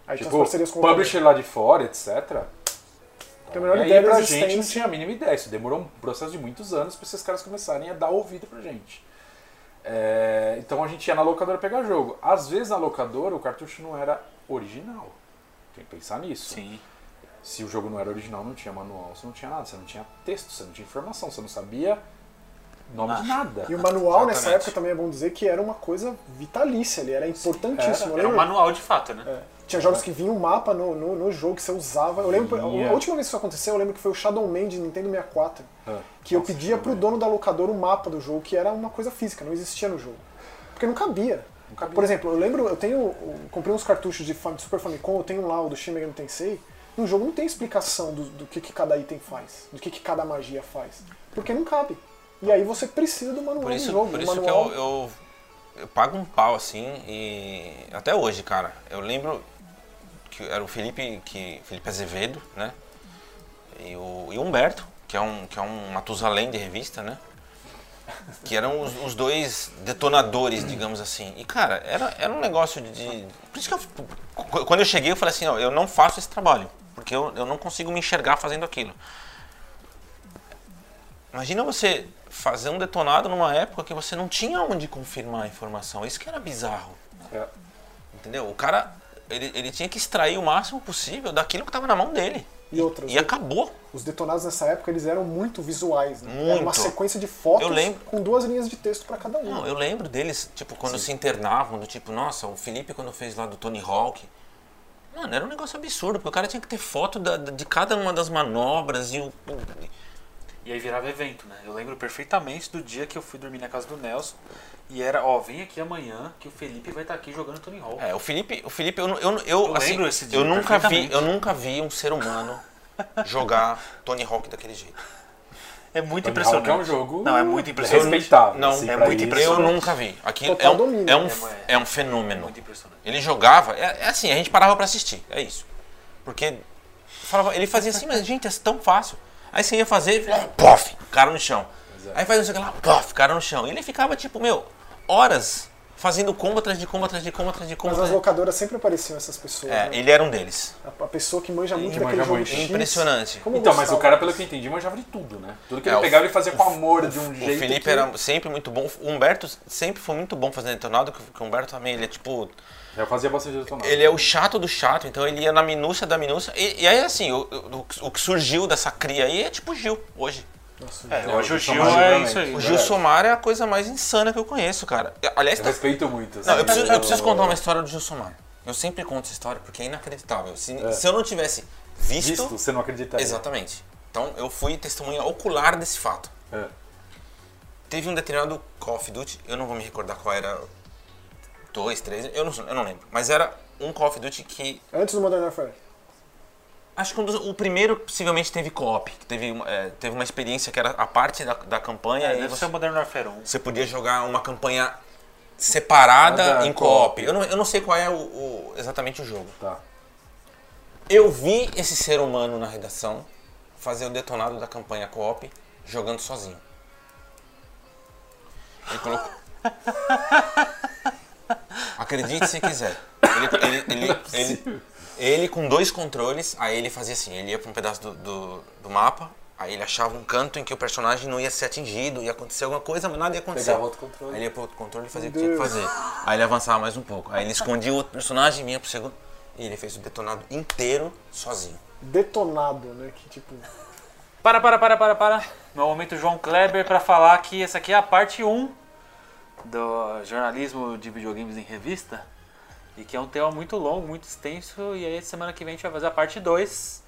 S3: Aí tinha as
S4: tipo,
S3: parcerias com o é
S4: publisher lá de fora, etc.
S3: a menor
S4: e aí
S3: ideia da
S4: pra gente não
S3: existência.
S4: tinha a mínima ideia. Isso demorou um processo de muitos anos pra esses caras começarem a dar ouvido pra gente. É, então a gente ia na locadora pegar jogo. Às vezes na locadora o cartucho não era original. Tem que pensar nisso.
S6: Sim.
S4: Se o jogo não era original, não tinha manual, você não tinha nada, você não tinha texto, você não tinha informação, você não sabia nome
S5: Ah.
S4: de nada.
S3: E o manual nessa
S5: Exatamente.
S3: época também é bom dizer que era uma coisa vitalícia ali, era importantíssimo. Eu
S6: Era um
S3: lembro-
S6: manual de fato, né?
S3: Tinha jogos que vinha um mapa no, no, no jogo que você usava. Eu lembro,
S4: Vinha.
S3: a última vez que isso aconteceu, eu lembro que foi o Shadow Man de Nintendo 64.
S4: Ah,
S3: Que eu pedia pro dono da locadora o mapa do jogo, que era uma coisa física, não existia no jogo. Porque não cabia.
S4: cabia.
S3: Por exemplo, eu lembro, eu tenho. eu comprei uns cartuchos de Fam- Super Famicom, eu tenho lá o do Shin Megami Tensei. No jogo não tem explicação do, do que, que cada item faz, do que, que cada magia faz. Porque não cabe. E aí você precisa do manual
S5: Por isso,
S3: do jogo.
S5: por
S3: do
S5: isso que
S3: um manual...
S5: eu, eu, eu pago um pau assim e até hoje, cara. Eu lembro que era o Felipe, que, Felipe Azevedo, né? E o, e o Humberto, que é um, que é um Matusalém de revista, né? Que eram os, os dois detonadores, digamos assim. E, cara, era, era um negócio de- de. Por isso que eu. qu- Quando eu cheguei, eu falei assim: ó, eu não faço esse trabalho. Porque eu, eu não consigo me enxergar fazendo aquilo. Imagina você fazer um detonado numa época que você não tinha onde confirmar a informação. Isso que era bizarro.
S4: É.
S5: Entendeu? O cara, ele, ele tinha que extrair o máximo possível daquilo que estava na mão dele.
S3: E outras.
S5: E acabou.
S3: Os detonados nessa época eles eram muito visuais, né?
S5: Muito.
S3: Era uma sequência de fotos
S5: Eu lembro.
S3: com duas linhas de texto pra cada um.
S5: Não, eu lembro deles, tipo, quando se internavam, do tipo, nossa, o Felipe quando fez lá do Tony Hawk. Mano, era um negócio absurdo, porque o cara tinha que ter foto da- da- de cada uma das manobras e o.
S6: E aí virava evento, né? Eu lembro perfeitamente do dia que eu fui dormir na casa do Nelson e era, ó, vem aqui amanhã que o Felipe vai estar aqui jogando Tony Hawk.
S5: É, o Felipe, o Felipe, eu, nu- eu, nu- eu,
S6: Eu
S5: assim,
S6: lembro esse dia
S5: eu nunca vi,
S6: perfeitamente.
S5: eu nunca vi um ser humano jogar Tony Hawk daquele jeito.
S6: É, muito
S4: Tony Hawk
S6: impressionante.
S4: é um jogo
S6: Não, é muito impressionante.
S4: respeitável.
S5: Não,
S4: assim,
S5: é
S4: pra
S6: muito
S4: isso.
S5: Eu nunca vi. Aquilo
S3: Total
S5: é um,
S3: domínio. né,
S5: é, um,
S6: É,
S5: é um fenômeno.
S6: Muito impressionante.
S5: Ele jogava, é, é assim, a gente parava pra assistir, é isso. Porque falava- ele fazia assim, mas gente, é tão fácil. Aí você ia fazer, pof, cara no chão. Aí faz não sei o que lá, pof, cara no chão. E ele ficava tipo, meu, horas fazendo combo atrás de combo atrás de combo atrás de combo.
S3: Mas as
S5: atrás de-
S3: locadoras sempre apareciam essas pessoas. né?
S5: É, ele era um deles.
S3: A, a pessoa que manja muito
S4: Que
S3: daquele
S4: manja
S3: jogo
S4: muito.
S3: X.
S5: Impressionante.
S3: Como eu
S4: Então, mas o
S3: gostava
S4: cara, pelo que
S3: disso.
S4: eu entendi, manjava de tudo, né? Tudo que
S5: É,
S4: ele
S5: o-
S4: pegava, ele fazia com amor, de um jeito
S5: O Felipe
S4: que...
S5: era sempre muito bom. O Humberto sempre foi muito bom fazendo detonado, que que o Humberto também, ele é tipo,
S4: Eu fazia bastante detonado.
S5: Ele é o chato do chato, então ele ia na minúcia da minúcia. E, e aí, assim, o, o- o que surgiu dessa cria aí é tipo o Gil, hoje.
S6: É,
S4: É,
S6: hoje o
S4: o
S6: Gil
S4: Tomás
S6: é
S4: Gil
S6: isso aí.
S4: também.
S5: O
S6: né?
S5: Gil Somar é a coisa mais insana que eu conheço, cara. E, Aliás,
S4: Eu
S5: tá-
S4: respeito
S5: não,
S4: muito. assim,
S5: eu, preciso, eu preciso contar uma história do Gil Somar. Eu sempre conto essa história porque é inacreditável. Se, se eu não tivesse visto.
S4: É. Visto, você não acreditaria.
S5: Exatamente. Então eu fui testemunha ocular desse fato.
S4: É.
S5: Teve um determinado Call of Duty, eu não vou me recordar qual era. Dois, três, eu não, eu não lembro. Mas era um Call of Duty que.
S3: Antes do Modern Warfare.
S5: Acho que um dos- o primeiro possivelmente teve co-op, que teve, uma- é, teve uma experiência que era a parte da, da campanha
S1: É,
S5: e
S1: deve
S5: você,
S1: ser o Modern Warfare 1.
S5: você podia jogar uma campanha separada
S4: Cada
S5: em co-op.
S4: co-op.
S5: Eu não, eu não sei qual é o- o- exatamente o jogo.
S4: Tá.
S5: Eu vi esse ser humano na redação fazer o detonado da campanha co-op jogando sozinho. Ele colocou. Acredite se quiser. Ele, ele- ele- ele- ele com dois controles, aí ele fazia assim: ele ia pra um pedaço do, do- do mapa, aí ele achava um canto em que o personagem não ia ser atingido, ia acontecer alguma coisa, mas nada ia acontecer.
S4: Pegava outro controle.
S5: Aí ele ia pro outro controle e fazia o que tinha que fazer. Aí ele avançava mais um pouco. Aí ele escondia o outro personagem, vinha pro segundo. E ele fez o detonado inteiro sozinho.
S3: Detonado, né? Que tipo.
S1: Para, para, para, para, para. Meu momento João Kleber para falar que essa aqui é a parte 1 do jornalismo de videogames em revista. E que é um tema muito longo, muito extenso. E aí semana que vem a gente vai fazer a parte 2.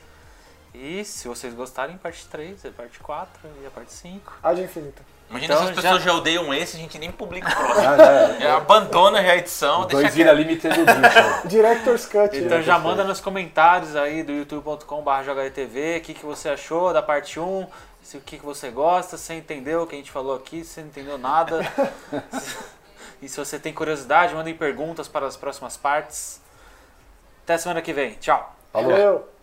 S1: E se vocês gostarem, parte 3, a parte 4 e a parte 5.
S3: Área infinita.
S5: Imagina
S1: Então,
S5: se as pessoas
S1: já-
S5: já... odeiam esse, a gente nem publica [LAUGHS] o próximo. É, Abandona já a edição, deixa
S4: Dois
S5: quieto.
S4: vira é limited edition.
S3: Director's Cut.
S1: Então
S3: né?
S1: já manda nos comentários aí do youtube.com.br TV o que, que você achou da parte 1, se, o que, que você gosta, se entendeu o que a gente falou aqui, se não entendeu nada. e se você tem curiosidade, mandem perguntas para as próximas partes. Até semana que vem. Tchau!
S4: Falou.
S3: Valeu.